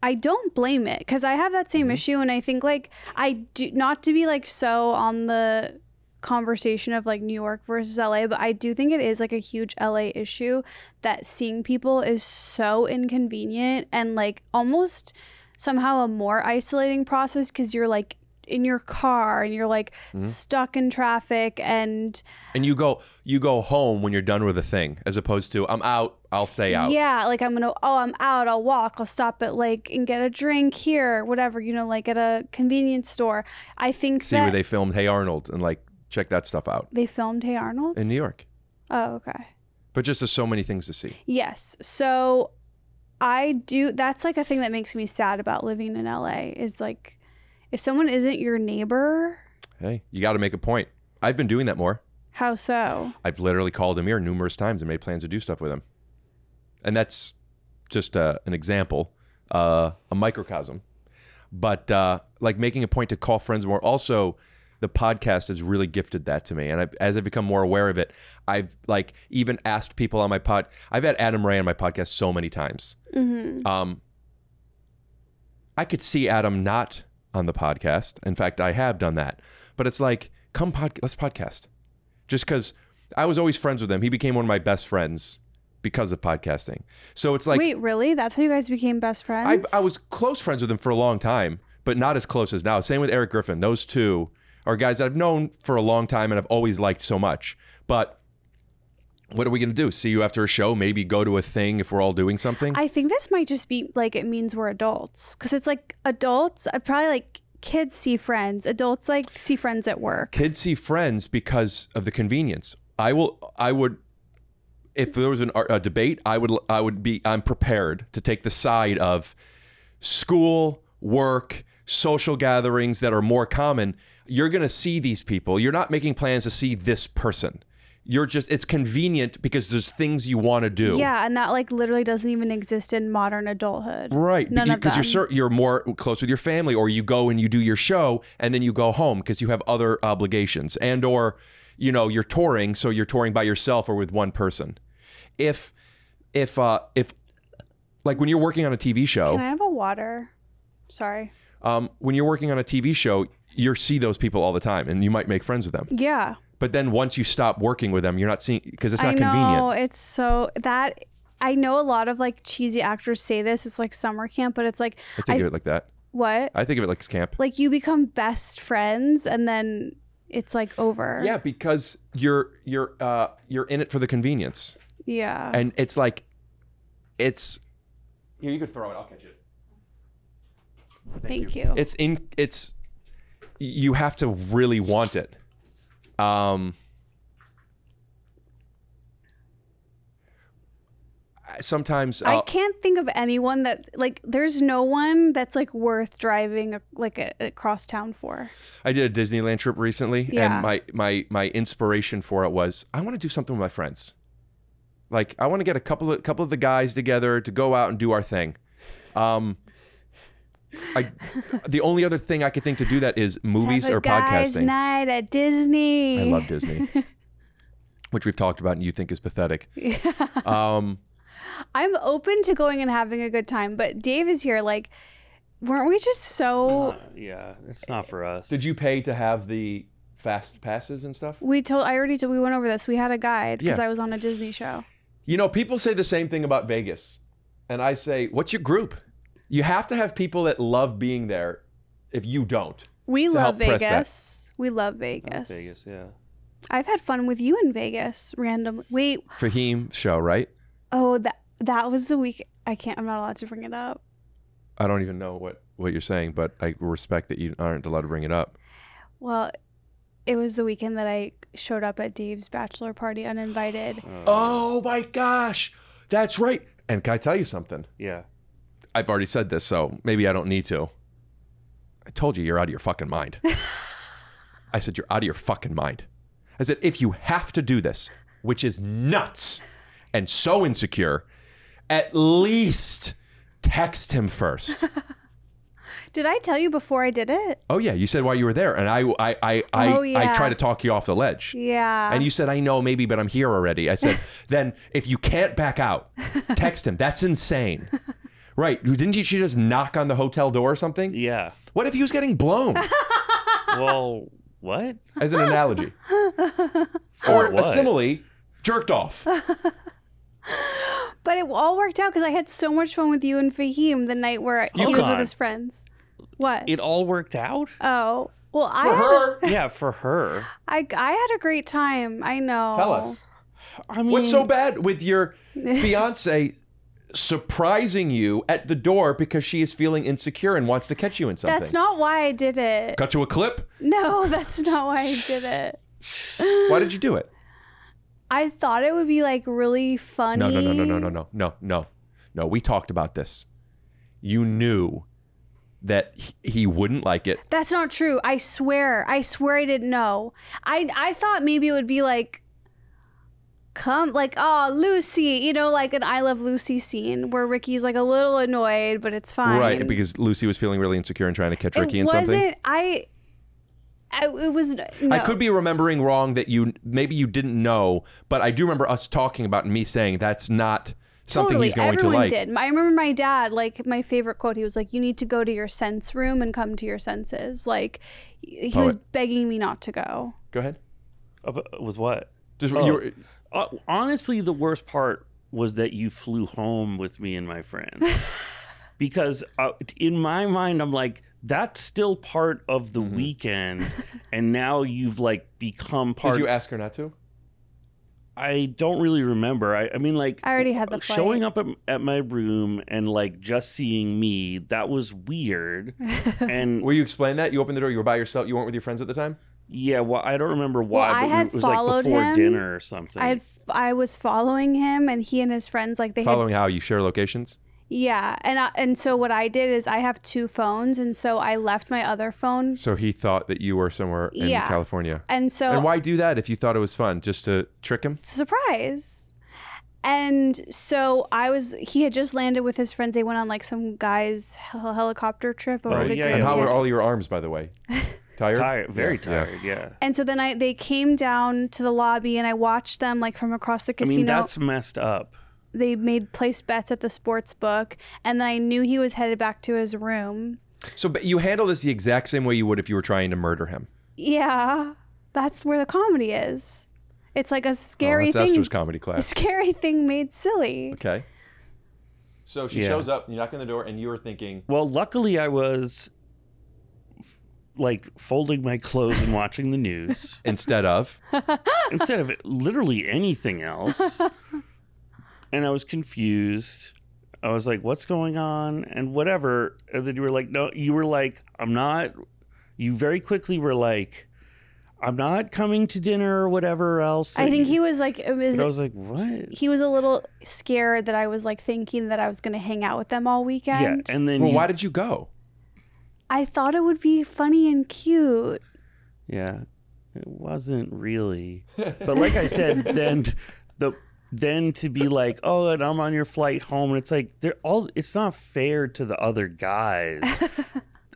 S1: I don't blame it cuz I have that same issue and I think like I do not to be like so on the conversation of like New York versus LA, but I do think it is like a huge LA issue that seeing people is so inconvenient and like almost somehow a more isolating process cuz you're like in your car and you're like stuck in traffic and
S2: And you go you go home when you're done with a thing, as opposed to I'm out, I'll stay out.
S1: Yeah, like I'm gonna. Oh, I'm out. I'll walk. I'll stop at like and get a drink here, whatever. You know, like at a convenience store. I think
S2: See
S1: that
S2: where they filmed Hey Arnold and like check that stuff out
S1: they filmed Hey Arnold.
S2: in New York.
S1: Oh, okay.
S2: But just there's so many things to see.
S1: Yes. So I do that's like a thing that makes me sad about living in LA is like if someone isn't your neighbor,
S2: Hey, you got to make a point. I've been doing that more.
S1: how so?
S2: I've literally called Amir numerous times and made plans to do stuff with him. And that's just uh, an example, uh, a microcosm. But uh, like making a point to call friends more. Also, the podcast has really gifted that to me. And I've, as I've become more aware of it, I've like even asked people on my pod. I've had Adam Ray on my podcast so many times. Um, I could see Adam not on the podcast. In fact, I have done that. But it's like, come pod, let's podcast. Just because I was always friends with him, he became one of my best friends because of podcasting. So it's like
S1: Wait, really? That's how you guys became best
S2: I,
S1: friends?
S2: I was close friends with him for a long time, but not as close as now. Same with Eric Griffin. Those two are guys that I've known for a long time and I've always liked so much. But what are we going to do? See you after a show? Maybe go to a thing if we're all doing something?
S1: I think this might just be like it means we're adults cuz it's like adults, I probably like kids see friends, adults like see friends at work.
S2: kids see friends because of the convenience. I will. I would. If there was an, ar- a debate, I would. I would be. I'm prepared to take the side of school, work, social gatherings that are more common. You're going to see these people. You're not making plans to see this person. You're just. It's convenient because there's things you want to do.
S1: Yeah, and that like literally doesn't even exist in modern adulthood.
S2: Right,
S1: None of
S2: because
S1: them.
S2: you're cer- you're more close with your family, or you go and you do your show, and then you go home because you have other obligations, and or you know you're touring, so you're touring by yourself or with one person. If if uh, if like when you're working on a TV show,
S1: Can I have a water? Sorry.
S2: um, when you're working on a TV show, you see those people all the time, and you might make friends with them.
S1: Yeah.
S2: But then once you stop working with them, you're not seeing because it's not
S1: I know
S2: convenient.
S1: it's so that I know a lot of like cheesy actors say this. It's like summer camp, but it's like
S2: I
S1: I,
S2: think of it like that.
S1: what
S2: I think of it like camp.
S1: like you become best friends and then it's like over.
S2: Yeah, because you're you're uh, you're in it for the convenience.
S1: Yeah.
S2: and it's like it's here you could throw it i'll catch it
S1: Thank, you.
S2: it's in it's you have to really want it um I- sometimes
S1: I
S2: I'll-
S1: can't think of anyone that like. There's no one that's like worth driving like a, across town for.
S2: I did a Disneyland trip recently,
S1: Yeah.
S2: and my my my inspiration for it was I want to do something with my friends. Like I want to get a couple of couple of the guys together to go out and do our thing. Um, I the only other thing I could think to do that is movies
S1: Have a
S2: or
S1: guys'
S2: podcasting.
S1: night at Disney.
S2: I love Disney, which we've talked about, and you think is pathetic. Um,
S1: I'm open to going and having a good time, but Dave is here. Like, weren't we just so?
S3: Uh, yeah, it's not for us.
S2: did you pay to have the fast passes and stuff?
S1: We told I already told we went over this. We had a guide because
S2: Yeah.
S1: I was on a Disney show.
S2: You know, people say the same thing about Vegas. And I say, what's your group? You have to have people that love being there if you don't.
S1: We love
S2: help press that.
S1: Vegas. We love Vegas.
S3: Vegas, yeah.
S1: I've had fun with you in Vegas randomly. Wait,
S2: Fahim show, right?
S1: oh that that was the week I can't I'm not allowed to bring it up.
S2: I don't even know what, what you're saying, but I respect that you aren't allowed to bring it up.
S1: Well, it was the weekend that I showed up at Dave's bachelor party uninvited.
S2: Oh my gosh. That's right. And can I tell you something?
S3: Yeah.
S2: I've already said this, so maybe I don't need to. I told you you're out of your fucking mind. I said you're out of your fucking mind. I said if you have to do this, which is nuts and so insecure, at least text him first.
S1: Did I tell you before I did it?
S2: oh yeah, you said why you were there, and I I I I,
S1: Oh,
S2: I
S1: yeah.
S2: try to talk you off the ledge.
S1: Yeah.
S2: And you said, I know, maybe, but I'm here already. I said, then if you can't back out, text him. That's insane. Right. Didn't you, she just knock on the hotel door or something?
S3: Yeah.
S2: What if he was getting blown
S3: Well, what?
S2: as an analogy?
S3: For
S2: or a
S3: what?
S2: simile, jerked off.
S1: but it all worked out because I had so much fun with you and Fahim the night where he was
S3: Yukon.
S1: with his friends. What?
S3: It all worked out?
S1: oh. Well, I
S2: For
S1: had a-
S2: her,
S3: Yeah, for her.
S1: I, I had a great time. I know.
S2: tell us.
S3: I mean,
S2: What's so bad with your fiance surprising you at the door because she is feeling insecure and wants to catch you in something?
S1: That's not why I did it.
S2: Cut to a clip.
S1: No, that's not why I did it.
S2: Why did you do it?
S1: I thought it would be like really funny.
S2: No, no, no, no, no, no, no, no, no, no. We talked about this. You knew that he- he wouldn't like it.
S1: That's not true. I swear. I swear I didn't know. I I thought maybe it would be like come like oh Lucy, you know, like an I love Lucy scene where Ricky's like a little annoyed, but it's fine.
S2: Right, because Lucy was feeling really insecure and trying to catch Ricky
S1: it
S2: in something.
S1: wasn't I, I it was no.
S2: I could be remembering wrong that you maybe you didn't know, but I do remember us talking about and me saying that's not something
S1: totally.
S2: he's going
S1: Everyone
S2: to like.
S1: did. I remember my dad, like my favorite quote, he was like, You need to go to your sense room and come to your senses. Like he was
S2: Poet.
S1: begging me not to go.
S2: Go ahead.
S3: Ab- With what?
S2: Just
S3: Oh.
S2: you were,
S3: Uh, honestly, the worst part was that you flew home with me and my friend. because uh, in my mind, I'm like, that's still part of the
S2: Mm-hmm.
S3: weekend. and now you've like become part.
S2: did you ask her not to?
S3: I don't really remember. I, I mean, like,
S1: I already had the flight.
S3: showing up at, at my room and like just seeing me, that was weird. and
S2: Will you explain that? You opened the door. You were by yourself. You weren't with your friends at the time.
S3: yeah, well, I don't remember why,
S1: I
S3: but we-
S1: had
S3: it was like
S1: followed
S3: before
S1: him.
S3: dinner or something.
S1: I had f- I was following him, and he and his friends like they had
S2: Following how you share locations.
S1: yeah, and I, and so what I did is I have two phones, and so I left my other phone,
S2: So he thought that you were somewhere in
S1: Yeah.
S2: California.
S1: and so
S2: And why do that if you thought it was fun? Just to trick him?
S1: surprise. And so I was. He had just landed with his friends. They went on like some guy's hel- helicopter trip over
S3: Oh,
S1: to
S3: yeah,
S1: Greece.
S2: and how
S3: yeah.
S2: are all your arms, by the way? Tired?
S3: tired, very
S2: Yeah, yeah.
S3: tired, yeah.
S1: And so then I they came down to the lobby, and I watched them like from across the
S3: I
S1: casino.
S3: mean, that's messed up.
S1: they made placed bets at the sports book, and then I knew he was headed back to his room.
S2: So but you handle this the exact same way you would if you were trying to murder him.
S1: Yeah, that's where the comedy is. It's like a
S2: oh,
S1: scary
S2: that's
S1: thing.
S2: Esther's comedy
S1: A
S2: class.
S1: scary thing made silly.
S2: Okay. So she
S3: Yeah.
S2: shows up, you knock on the door, and you were thinking,
S3: Well, luckily I was like folding my clothes and watching the news
S2: instead of,
S3: instead of literally anything else. And I was confused. I was like, what's going on? And whatever. And then you were like, no, you were like, I'm not. You very quickly were like, I'm not coming to dinner or whatever else.
S1: I think
S3: And
S1: he was like, it was,
S3: I was like, what?
S1: he was a little scared that I was like thinking that I was going to hang out with them all
S3: Yeah.
S1: weekend.
S3: And then
S2: well,
S3: you-
S2: why did you go?
S1: I thought it would be funny and cute.
S3: Yeah, it wasn't really. But like I said, then the then to be like, oh, and I'm on your flight home, and it's like they're all. It's not fair to the other guys.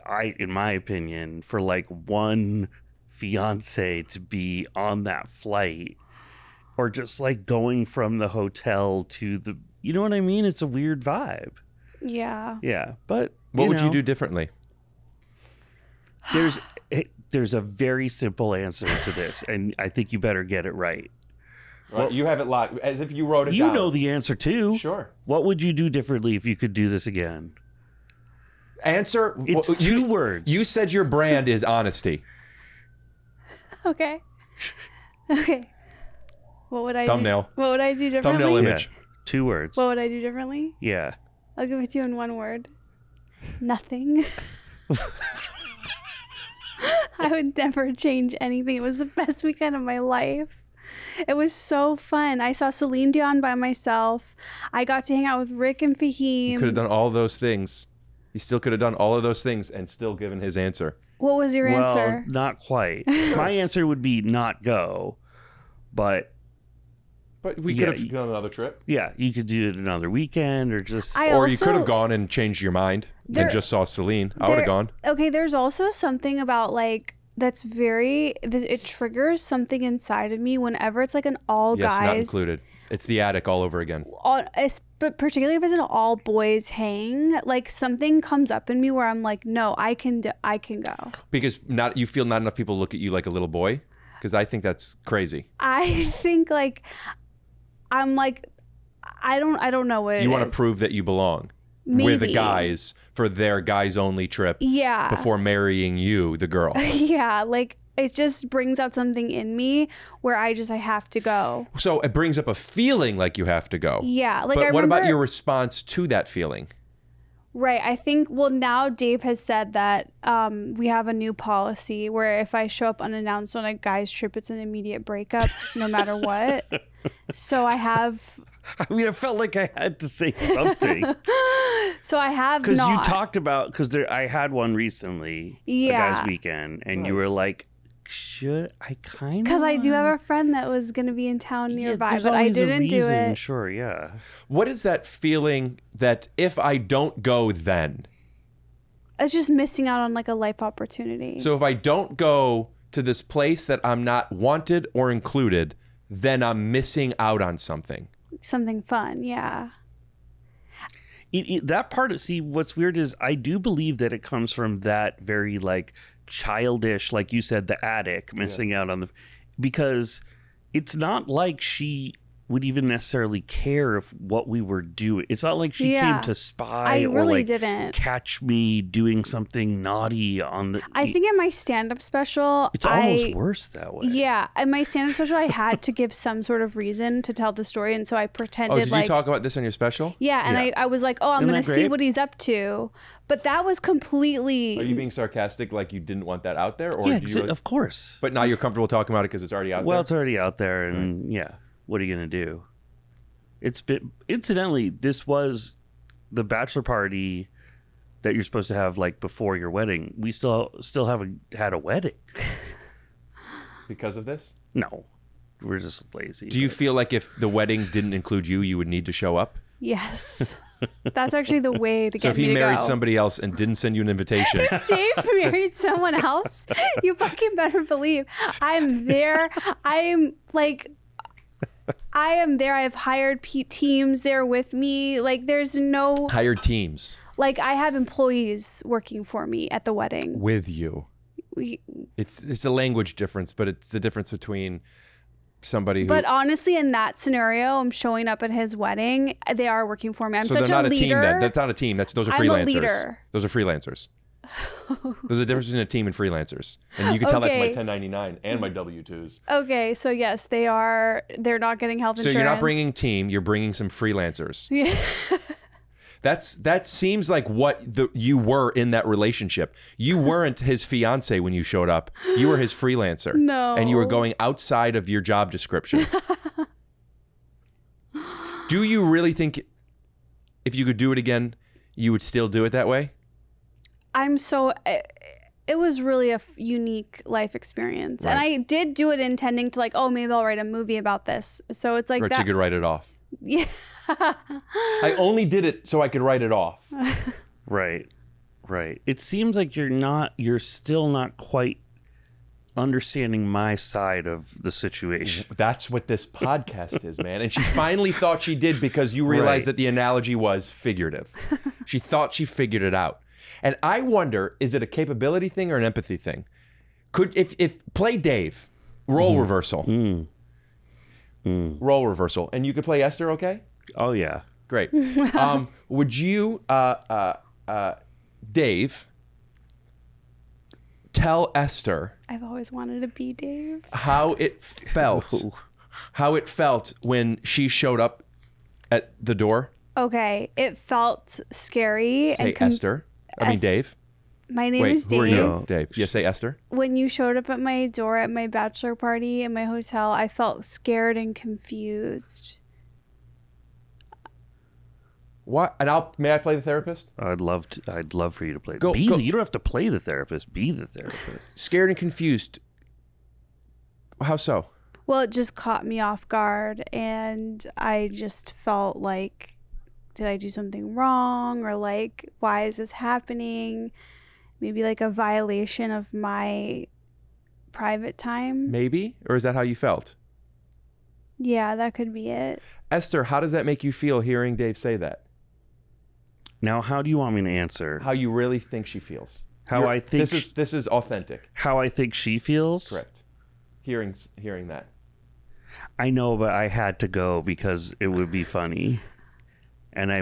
S3: I, in my opinion, for like one fiance to be on that flight, or just like going from the hotel to the. You know what I mean? It's a weird vibe.
S1: Yeah.
S3: Yeah, but
S2: What would you
S3: know.
S2: do differently?
S3: there's hey, there's a very simple answer to this, and I think you better get it right.
S2: Well, you have it locked, as if you wrote it
S3: You
S2: down.
S3: know the answer too.
S2: Sure.
S3: What would you do differently if you could do this again?
S2: Answer.
S3: It's
S2: well,
S3: two
S2: you,
S3: words.
S2: You said your brand is honesty.
S1: Okay. Okay. What would I do-
S2: Thumbnail.
S1: What would I do differently?
S2: Thumbnail
S3: Yeah,
S2: image.
S3: two words.
S1: What would I do differently?
S3: yeah.
S1: I'll give it to you in one word. Nothing. I would never change anything. It was the best weekend of my life. It was so fun. I saw Celine Dion by myself. I got to hang out with Rick and
S2: You could have
S1: Fahim.
S2: done all those things. He still could have done all of those things and still given his answer.
S1: What was your
S3: well,
S1: answer?
S3: not quite. My answer would be not go, but
S2: But we
S3: Yeah,
S2: could
S3: you-
S2: have done another trip.
S3: yeah, you could do it another weekend or just.
S1: I
S2: or you could
S1: also-
S2: have gone and changed your mind
S1: There-
S2: and just saw Celine. I would
S1: There-
S2: have gone.
S1: Okay, there's also something about like that's very th- it triggers something inside of me whenever it's like an all
S2: yes, not
S1: guys
S2: included. It's the attic all over again.
S1: all, es- but particularly if it's an all boys hang, like something comes up in me where I'm like, no, I can, do, I can go.
S2: Because not you feel not enough people look at you like a little boy. Because I think that's crazy.
S1: I think like, I'm like, I don't, I don't know what it
S2: you want
S1: is.
S2: to prove that you belong with the
S1: Maybe.
S2: guys for their guys only trip
S1: yeah,
S2: before marrying you, the girl.
S1: yeah, like it just brings out something in me where I just I have to go.
S2: so it brings up a feeling like you have to go.
S1: Yeah, like
S2: but
S1: I
S2: what
S1: remember,
S2: about your response to that feeling?
S1: Right. I think, well, now Dave has said that um, we have a new policy where if I show up unannounced on a guy's trip, it's an immediate breakup, no matter what. So I have,
S3: I mean, I felt like I had to say something
S1: so I have
S3: because you
S1: not.
S3: talked about because there I had one recently, a
S1: Yeah.
S3: guys' weekend, and you were
S2: Nice.
S3: like, should I kind of?
S1: Because I do have a friend that was going to be in town nearby,
S3: Mm. there's
S1: but I
S3: always a
S1: didn't do
S3: reason,
S1: it.
S3: Sure, yeah.
S2: What is that feeling that if I don't go, then?
S1: It's just missing out on like a life opportunity.
S2: So if I don't go to this place that I'm not wanted or included, then I'm missing out on something.
S1: Something fun. Yeah.
S3: It, it- E, that part of see what's weird is I do believe that it comes from that very like childish, like you said, the attic missing out on the because it's not like she would even necessarily care if what we were doing. It's not like she
S1: Yeah.
S3: came to spy
S1: I
S3: or
S1: really
S3: like
S1: didn't.
S3: catch me doing something naughty on the.
S1: I think in my stand up special,
S3: it's almost
S1: I,
S3: worse that way.
S1: Yeah, in my stand-up special, I had to give some sort of reason to tell the story, and so I pretended
S2: oh, did
S1: like
S2: you talk about this on your special?
S1: yeah, and
S3: Yeah.
S1: I, I was like, oh, I'm
S3: Isn't
S1: gonna
S3: that
S1: see
S3: great?
S1: what he's up to, but that was completely
S2: Are you being sarcastic, like you didn't want that out there, or
S3: yeah,
S2: do
S3: exa-
S2: you? really-
S3: of course.
S2: but now you're comfortable talking about it because it's already out
S3: well,
S2: there.
S3: it's already out there, and yeah, what are you gonna do? It's been incidentally, this was the bachelor party that you're supposed to have like before your wedding. We still still haven't had a wedding.
S2: because of this.
S3: No, we're just lazy.
S2: Do you
S3: but-
S2: feel like if the wedding didn't include you, you would need to show up?
S1: yes. That's actually the way to
S2: So
S1: get
S2: if
S1: me
S2: he
S1: to
S2: married
S1: go.
S2: somebody else and didn't send you an invitation,
S1: Dave married someone else. You fucking better believe I'm there. I am like, I am there. I have hired pe teams there with me. Like, there's no
S2: hired teams
S1: like I have employees working for me at the wedding.
S2: with you.
S1: We,
S2: It's it's a language difference, but it's the difference between somebody who.
S1: But honestly, in that scenario, I'm showing up at his wedding. They are working for me. I'm
S2: so
S1: such
S2: they're not a,
S1: a
S2: team
S1: leader.
S2: then. That's not a team. That's those are
S1: I'm a
S2: freelancers.
S1: leader.
S2: Those are freelancers. There's a difference between a team and freelancers, and you can tell that to my
S1: Okay.
S2: 1099 and my W twos.
S1: okay, so yes, they are. They're not getting health
S2: So
S1: insurance.
S2: you're not bringing team. You're bringing some freelancers.
S1: Yeah.
S2: That's that seems like what the, you were in that relationship. You weren't his fiance when you showed up. You were his freelancer.
S1: No.
S2: And you were going outside of your job description. do you really think if you could do it again, you would still do it that way?
S1: I'm so. It, it was really a f- unique life experience, and I did do it intending to like, oh, maybe I'll write a movie about this. So it's like
S2: or
S1: that.
S2: you could write it off.
S1: yeah.
S2: I only did it so I could write it off.
S3: Right. Right. It seems like you're not you're still not quite understanding my side of the situation.
S2: That's what this podcast is, man. And she finally thought she did because you realized
S3: Right.
S2: that the analogy was figurative. She thought she figured it out. And I wonder, is it a capability thing or an empathy thing? Could if if play Dave, role reversal. Mm. Role reversal. And you could play Esther, okay?
S3: Oh yeah.
S2: Great. um, would you, uh, uh, uh, Dave, tell Esther
S1: I've always wanted to be Dave.
S2: how it felt, how it felt when she showed up at the door?
S1: Okay, it felt scary.
S2: Say
S1: and com-
S2: Esther. I mean
S1: Es-
S2: Dave.
S1: My name
S2: Wait,
S1: is
S2: who are
S1: Dave.
S2: you? Dave. Yeah, say Esther.
S1: when you showed up at my door at my bachelor party in my hotel, I felt scared and confused.
S2: What? And I'll may I play the therapist?
S3: I'd love to I'd love for you to play.
S2: Go-
S3: be
S2: go-
S3: the, you don't have to play the therapist. Be the therapist.
S2: Scared and confused. How so?
S1: Well, it just caught me off guard, and I just felt like, did I do something wrong? Or like, why is this happening? Maybe like a violation of my private time.
S2: Maybe? Or is that how you felt?
S1: Yeah, that could be it.
S2: Esther, how does that make you feel hearing Dave say that?
S3: Now, how do you want me to answer?
S2: How you really think she feels.
S3: How I think
S2: this is this is authentic.
S3: How I think she feels?
S2: Correct. Hearing hearing that.
S3: I know, but I had to go because it would be funny. And I,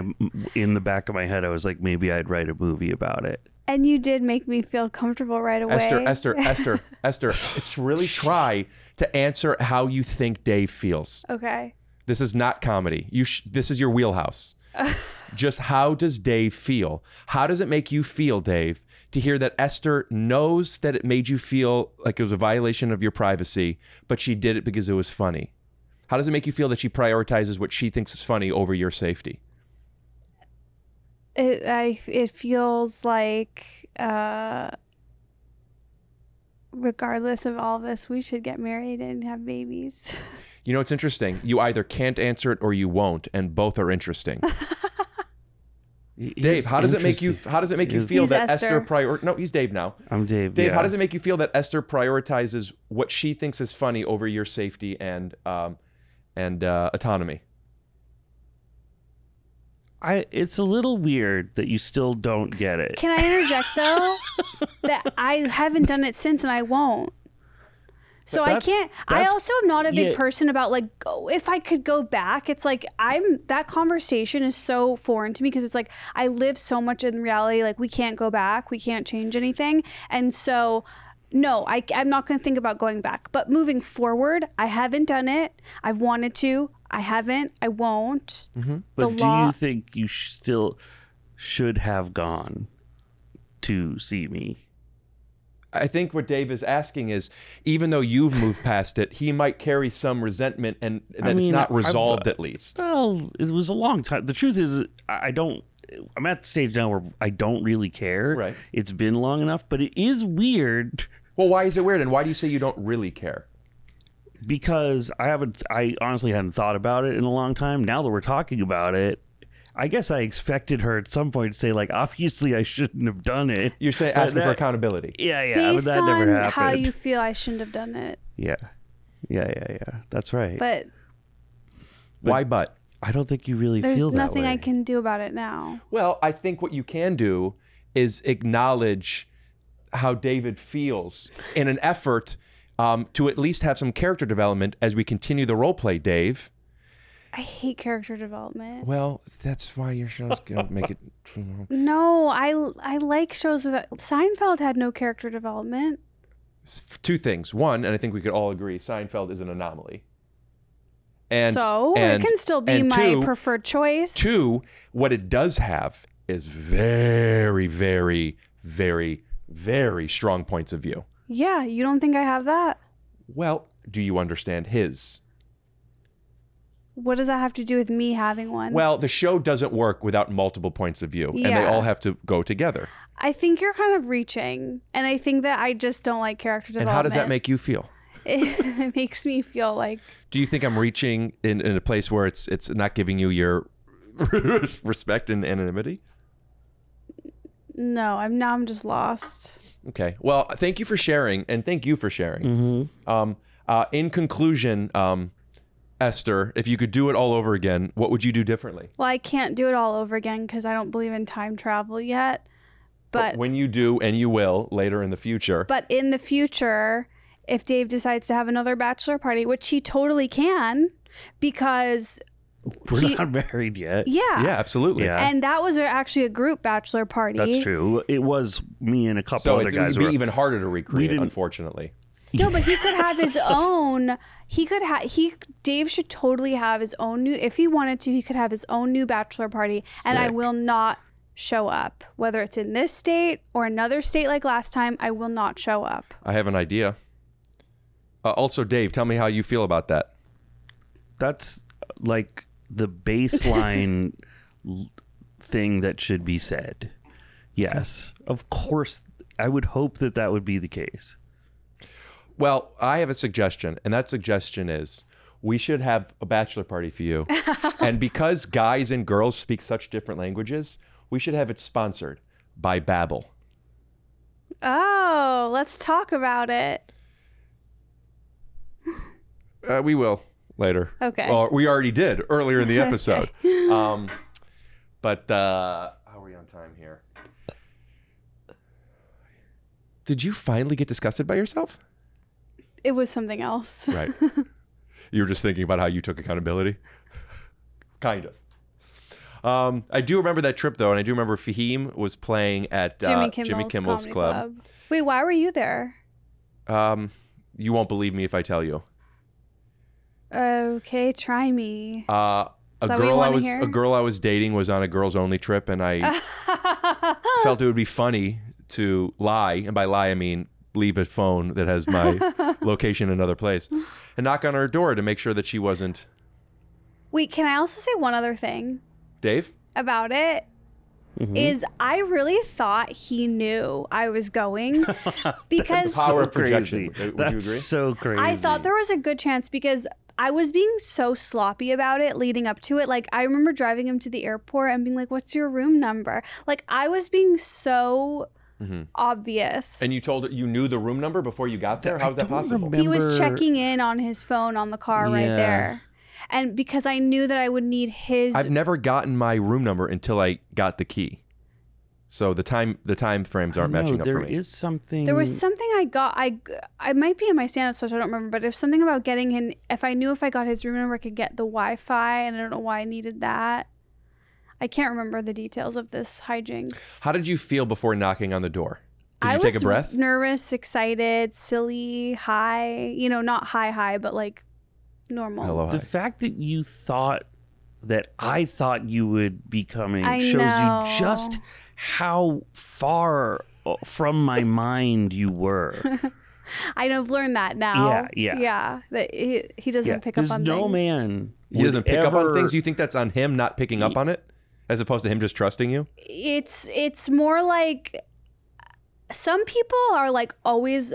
S3: in the back of my head, I was like, maybe I'd write a movie about it.
S1: And you did make me feel comfortable right away.
S2: Esther, Esther, Esther, Esther, it's really try to answer how you think Dave feels.
S1: Okay.
S2: This is not comedy. You sh- this is your wheelhouse. Just how does Dave feel? How does it make you feel, Dave, to hear that Esther knows that it made you feel like it was a violation of your privacy, but she did it because it was funny? How does it make you feel that she prioritizes what she thinks is funny over your safety?
S1: It I it feels like uh regardless of all this, we should get married and have babies.
S2: You know, it's interesting. You either can't answer it or you won't, and both are interesting. Dave, how does it make you? How does it make you feel
S1: He's
S2: that Esther,
S1: Esther.
S2: prior? No, he's Dave now.
S3: I'm Dave.
S2: Dave,
S3: yeah.
S2: how does it make you feel that Esther prioritizes what she thinks is funny over your safety and um, and uh, autonomy?
S3: I it's a little weird that you still don't get it.
S1: Can I interject though? that I haven't done it since and I won't. So I
S3: That's-
S1: can't. I
S3: that's-
S1: also am not a big
S3: yeah.
S1: person about like, go, if I could go back, it's like I'm that conversation is so foreign to me because it's like I live so much in reality. Like we can't go back, we can't change anything, and so no, I, I'm not going to think about going back. But moving forward, I haven't done it. I've wanted to. I haven't. I won't.
S3: but
S1: the
S3: do
S1: law-
S3: you think you sh- still should have gone to see me?
S2: I think what Dave is asking is, even though you've moved past it, he might carry some resentment, and that
S3: I
S2: it's
S3: mean,
S2: not
S3: I've-
S2: resolved at least.
S3: Well, it was a long time. The truth is, I I don't. I'm at the stage now where I don't really care.
S2: Right.
S3: It's been long enough, but it is weird
S2: Well, why is it weird, and why do you say you don't really care?
S3: because I haven't. I honestly hadn't thought about it in a long time. Now that we're talking about it, I guess I expected her at some point to say like, obviously I shouldn't have done it.
S2: You're saying
S3: But
S2: asking for
S3: that-
S2: accountability.
S3: Yeah, yeah, but
S1: Based
S3: that
S1: on
S3: never happened.
S1: how you feel, I shouldn't have done it.
S3: Yeah. Yeah, yeah, yeah. That's right.
S1: But
S2: why, but?
S3: I don't think you really
S1: There's
S3: feel that
S1: nothing I
S3: way.
S1: can do about it now.
S2: Well, I think what you can do is acknowledge how David feels in an effort um, to at least have some character development as we continue the role play, Dave.
S1: I hate character development.
S2: Well, that's why your show's gonna make it.
S1: No, I I like shows without Seinfeld had no character development.
S2: It's f- Two things. One, and I think we could all agree, Seinfeld is an anomaly. And
S1: so
S2: and,
S1: it can still be
S2: and
S1: my
S2: two-
S1: preferred choice.
S2: Two, what it does have is very, very, very, very strong points of view.
S1: Yeah, you don't think I have that?
S2: Well, do you understand his?
S1: What does that have to do with me having one?
S2: Well, the show doesn't work without multiple points of view, and they
S1: Yeah.
S2: all have to go together.
S1: I think you're kind of reaching, and I think that I just don't like character
S2: And
S1: development.
S2: how does that make you feel?
S1: it makes me feel like
S2: Do you think I'm reaching in, in a place where it's it's not giving you your respect and anonymity?
S1: no, I'm now I'm just lost.
S2: Okay. Well, thank you for sharing, and thank you for sharing. Um, uh, in conclusion, um, Esther, if you could do it all over again, what would you do differently?
S1: Well, I can't do it all over again because I don't believe in time travel yet. But
S2: when you do, and you will later in the future,
S1: But in the future, if Dave decides to have another bachelor party, which he totally can, because
S3: We're
S1: he-
S3: not married yet.
S1: yeah.
S2: yeah, absolutely.
S3: Yeah.
S1: And that was actually a group bachelor party.
S3: That's true. It was me and a couple
S2: So
S3: other
S2: it's, it
S3: guys.
S2: would be
S3: were-
S2: even harder to recreate,
S3: didn't-
S2: unfortunately.
S1: No, but he could have his own. He could have he Dave should totally have his own new if he wanted to, he could have his own new bachelor party and I
S3: Sick.
S1: will not show up. Whether it's in this state or another state like last time, I will not show up.
S2: I have an idea. Uh, also, Dave, tell me how you feel about that.
S3: That's like the baseline l- thing that should be said. Yes, of course. I would hope that that would be the case.
S2: Well, I have a suggestion, and that suggestion is we should have a bachelor party for you. and because guys and girls speak such different languages, we should have it sponsored by Babbel.
S1: Oh, let's talk about it.
S2: Uh, we will later.
S1: Okay.
S2: Or we already did earlier in the episode. um, but uh, how are we on time here? Did you finally get disgusted by yourself?
S1: It was something else.
S2: Right. you were just thinking about how you took accountability? kind of. Um, I do remember that trip though, and I do remember Fahim was playing at uh,
S1: Jimmy Kimmel's,
S2: Jimmy Kimmel's
S1: Comedy
S2: Club.
S1: Club. Wait, why were you there?
S2: Um, you won't believe me if I tell you.
S1: Okay, try me.
S2: Uh, a
S1: that what you
S2: girl I
S1: wanna
S2: was
S1: hear?
S2: a girl I was dating was on a girls only trip, and I felt it would be funny to lie, and by lie I mean leave a phone that has my location in another place, and knock on her door to make sure that she wasn't
S1: Wait, can I also say one other thing
S2: Dave.
S1: about it? Is
S2: Mm-hmm.
S1: I really thought he knew I was going because
S2: Power
S3: so
S2: of projection.
S3: crazy.
S2: Would you
S3: That's
S2: agree?
S3: so crazy.
S1: I thought there was a good chance because I was being so sloppy about it leading up to it. Like I remember driving him to the airport and being like, "What's your room number?" Like I was being so obvious.
S2: Mm-hmm. And you told you knew the room number before you got there.
S3: I
S2: How is that
S3: don't
S2: possible?
S3: remember-
S1: he was checking in on his phone on the car right
S3: Yeah.
S1: there. And because I knew that I would need his
S2: I've never gotten my room number until I got the key. So the time the time frames aren't
S3: no,
S2: matching up
S3: there
S2: for me.
S3: is something.
S1: There was something I got. I I might be in my stand-up special. I don't remember, but if something about getting in. If I knew if I got his room number, I could get the Wi-Fi, and I don't know why I needed that. I can't remember the details of this hijinks.
S2: How did you feel before knocking on the door? Did
S1: I
S2: you take
S1: was
S2: a breath?
S1: Nervous, excited, silly, high. You know, not high, high, but like normal.
S2: Hello,
S3: the
S2: hi.
S3: fact that you thought that I thought you would be coming
S1: I
S3: shows
S1: know.
S3: you just how far uh, from my mind you were.
S1: I know. I've learned that now.
S3: Yeah, yeah.
S1: yeah. That he, he doesn't
S3: Yeah,
S1: pick up
S3: There's
S1: on
S3: no
S1: things.
S3: man.
S2: He doesn't
S3: would
S2: pick up on
S3: ever-
S2: things. You think that's on him not picking up on it, as opposed to him just trusting you?
S1: it's it's more like some people are like always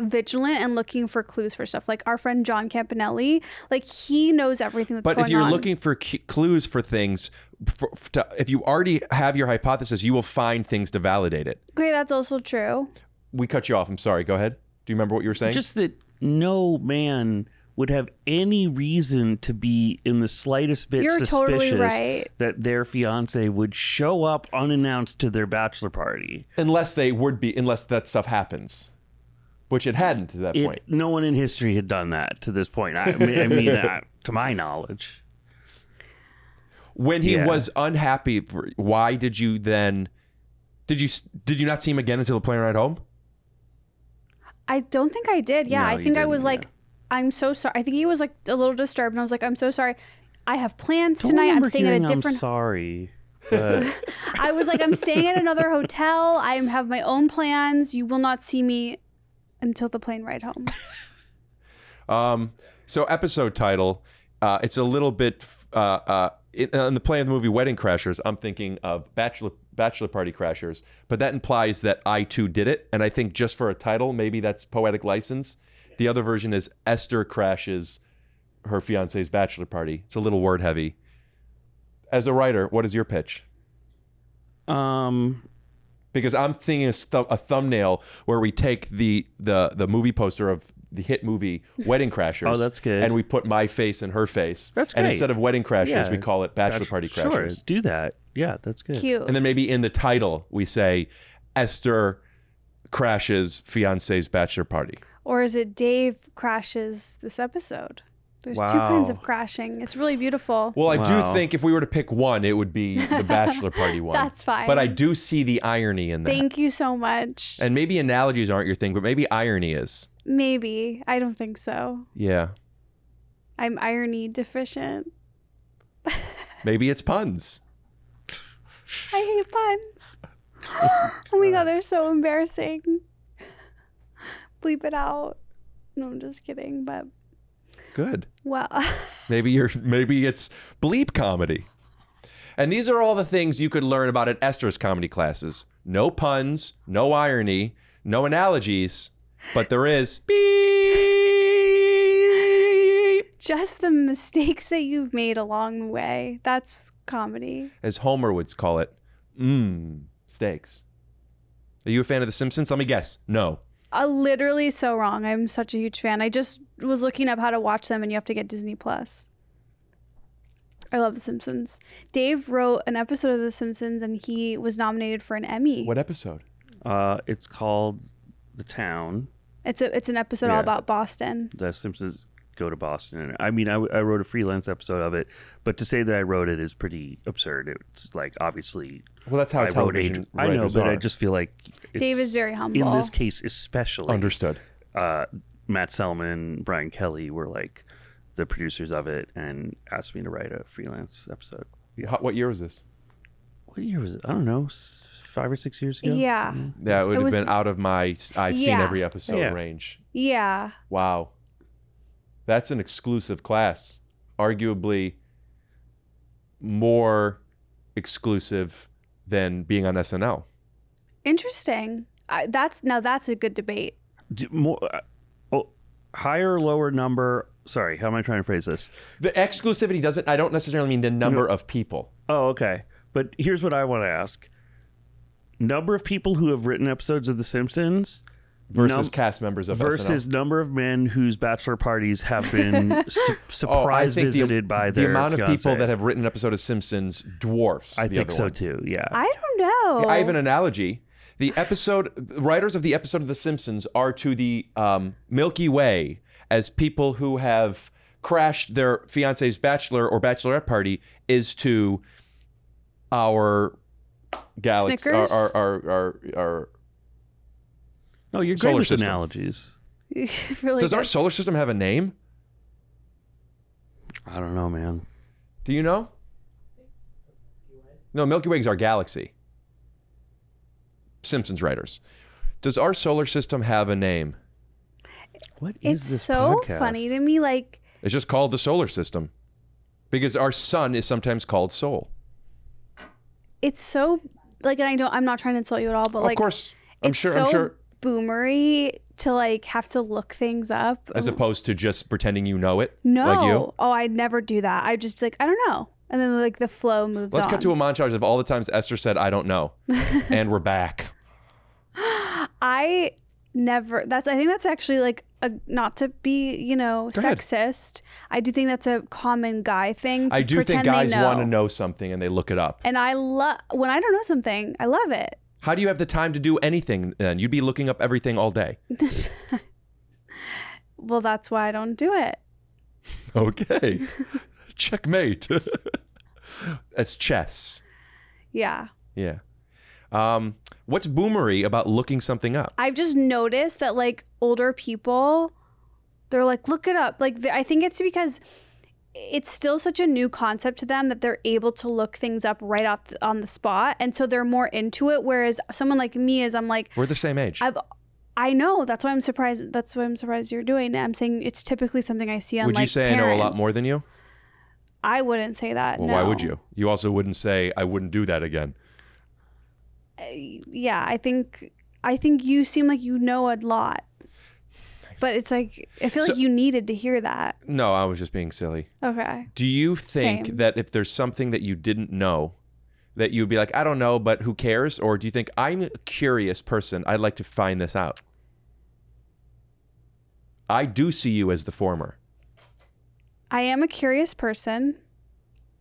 S1: vigilant and looking for clues for stuff like our friend john campanelli like he knows everything that's
S2: But
S1: going
S2: if you're
S1: on.
S2: looking for cu- clues for things, for, f- to, if you already have your hypothesis, you will find things to validate it.
S1: okay that's also true
S2: We cut you off. I'm sorry. Go ahead. Do you remember what you were saying?
S3: Just that no man would have any reason to be in the slightest bit
S1: You're totally
S3: suspicious
S1: right.
S3: that their fiance would show up unannounced to their bachelor party.
S2: unless they would be, unless that stuff happens, which it hadn't to that
S3: It-
S2: point.
S3: no one in history had done that to this point. I, I mean, I mean, uh, to my knowledge.
S2: When he
S3: Yeah.
S2: was unhappy, why did you then? Did you s- did you not see him again until the plane ride home?
S1: i don't think i did yeah
S3: No,
S1: i
S3: you
S1: think i
S3: didn't,
S1: was like
S3: yeah.
S1: i'm so sorry i think he was like a little disturbed and i was like i'm so sorry i have plans
S3: Don't
S1: tonight i'm
S3: remember
S1: staying at a
S3: hearing I'm
S1: different
S3: sorry. but-
S1: i was like i'm staying at another hotel i have my own plans you will not see me until the plane ride home
S2: Um, so episode title, uh, it's a little bit uh, uh, in, in the play of the movie Wedding Crashers. I'm thinking of Bachelor Bachelor Party Crashers, but that implies that I too did it, and I think just for a title, maybe that's poetic license. The other version is Esther crashes her fiance's bachelor party. It's a little word heavy. As a writer, what is your pitch?
S3: Um,
S2: because I'm thinking a, stu- a thumbnail where we take the the the movie poster of the hit movie Wedding Crashers.
S3: Oh, that's good.
S2: And we put my face and her face.
S3: That's
S2: And
S3: great.
S2: instead of Wedding Crashers,
S3: Yeah.
S2: we call it Bachelor Party Crashers.
S3: Sure, do that. Yeah, that's good.
S1: cute
S2: And then maybe in the title we say Esther crashes fiance's bachelor party.
S1: Or is it Dave crashes this episode? There's two kinds
S3: Wow.
S1: of crashing. It's really beautiful.
S2: Well, I do
S3: Wow.
S2: think if we were to pick one, it would be the bachelor party one.
S1: That's fine.
S2: But I do see the irony in that.
S1: Thank you so much.
S2: and maybe analogies aren't your thing, but maybe irony is.
S1: Maybe. I don't think so.
S2: Yeah.
S1: I'm irony deficient.
S2: Maybe it's puns.
S1: I hate puns. oh my god, they're so embarrassing. Bleep it out. No, I'm just kidding, but
S2: Good.
S1: well.
S2: Maybe you're maybe it's bleep comedy. And these are all the things you could learn about at Esther's comedy classes. No puns, no irony, no analogies, but there is beep
S1: just the mistakes that you've made along the way. That's comedy.
S2: as Homer would call it. Mmm, steaks. Are you a fan of The Simpsons? Let me guess. No.
S1: Uh, literally so wrong. I'm such a huge fan. I just was looking up how to watch them, and you have to get Disney Plus. I love The Simpsons. Dave wrote an episode of The Simpsons, and he was nominated for an Emmy.
S2: What episode?
S3: Uh, it's called The Town.
S1: It's a it's an episode all
S3: Yeah.
S1: about Boston.
S3: The Simpsons go to Boston. And I mean, I, I wrote a freelance episode of it, but to say that I wrote it is pretty absurd. It's like obviously
S2: Well, that's how
S3: I wrote
S2: television
S3: it. I know,
S2: writers
S3: but I
S2: are.
S3: just feel like it's-
S1: Dave is very humble.
S3: in this case, especially
S2: understood.
S3: uh, Matt Selman, Brian Kelly were like the producers of it and asked me to write a freelance episode.
S2: How- what year was this?
S3: What year was it? I don't know, s- five or six years ago.
S1: Yeah.
S2: That would
S1: It
S2: have
S1: was-
S2: been out of my I've seen
S1: Yeah.
S2: every episode
S3: Yeah.
S2: range.
S1: Yeah.
S2: Wow. That's an exclusive class. Arguably more exclusive than being on SNL.
S1: Interesting. I, that's now that's a good debate.
S3: Do, more, uh, oh, higher or lower number? Sorry, how am I trying to phrase this?
S2: The exclusivity doesn't I don't necessarily mean the number of people.
S3: Oh, okay. But here's what I want to ask: number of people who have written episodes of The Simpsons
S2: Versus
S3: Num-
S2: cast members of
S3: versus
S2: SNL.
S3: number of men whose bachelor parties have been su-
S2: Oh, I
S3: surprise
S2: think the-
S3: visited by
S2: the
S3: their
S2: amount of people
S3: fiancé.
S2: that have written an episode of Simpsons dwarfs.
S3: I
S2: the
S3: think
S2: other
S3: so
S2: one.
S3: too. Yeah.
S1: I don't know.
S2: I uh, have an analogy. The episode the writers of the episode of The Simpsons are to the um, Milky Way as people who have crashed their fiance's bachelor or bachelorette party is to our galaxy, our
S1: Snickers?
S2: our, our, our, our
S3: no, you're
S2: Solar
S3: great with
S2: system.
S3: analogies.
S1: really
S2: Does our
S1: good.
S2: solar system have a name?
S3: I don't know, man.
S2: Do you know? No, Milky Way is our galaxy. Simpsons writers. Does our solar system have a name?
S3: What is
S1: it's
S3: this
S1: so
S3: podcast?
S1: funny to me like
S2: It's just called the solar system because our sun is sometimes called soul.
S1: it's so like and I don't I'm not trying to insult you at all but like
S2: of course, I'm
S1: it's
S2: sure.
S1: so
S2: I'm sure.
S1: boomery to like have to look things up Um,
S2: As opposed to just pretending you know it,
S1: no
S2: like you.
S1: oh I'd never do that I'd just be like I don't know and then like the flow moves
S2: Let's
S1: on
S2: cut to a montage of all the times Esther said, "I don't know," and we're back.
S1: I never that's I think that's actually like a, not to be you know
S2: Go ahead.
S1: sexist I do think that's a common guy thing to
S2: I do think
S1: pretend
S2: guys
S1: they know.
S2: want to know something and they look it up.
S1: and I love when I don't know something I love it
S2: How do you have the time to do anything? Then you'd be looking up everything all day.
S1: well that's why I don't do it
S2: Okay, checkmate. That's chess.
S1: yeah
S2: Yeah. Um, what's boomery about looking something up?
S1: I've just noticed that like older people, they're like, look it up. Like, th- I think it's because it's still such a new concept to them that they're able to look things up right out th- on the spot. And so they're more into it. Whereas someone like me is, I'm like,
S2: We're the same age.
S1: I've, I know. That's why I'm surprised. That's why I'm surprised you're doing it. I'm saying it's typically something I see on
S2: Would you
S1: like,
S2: say I know a lot
S1: parents.
S2: more than you?
S1: I wouldn't say that.
S2: Well, why would
S1: no.
S2: you? You also wouldn't say I wouldn't do that again.
S1: Uh, Yeah, I think I think you seem like you know a lot. But it's like I feel
S2: So-
S1: like you needed to hear that.
S2: No, I was just being silly.
S1: Okay.
S2: Do you think
S1: Same.
S2: that if there's something that you didn't know, that you'd be like, I don't know, but who cares? Or do you think I'm a curious person? I'd like to find this out. I do see you as the former.
S1: I am a curious person,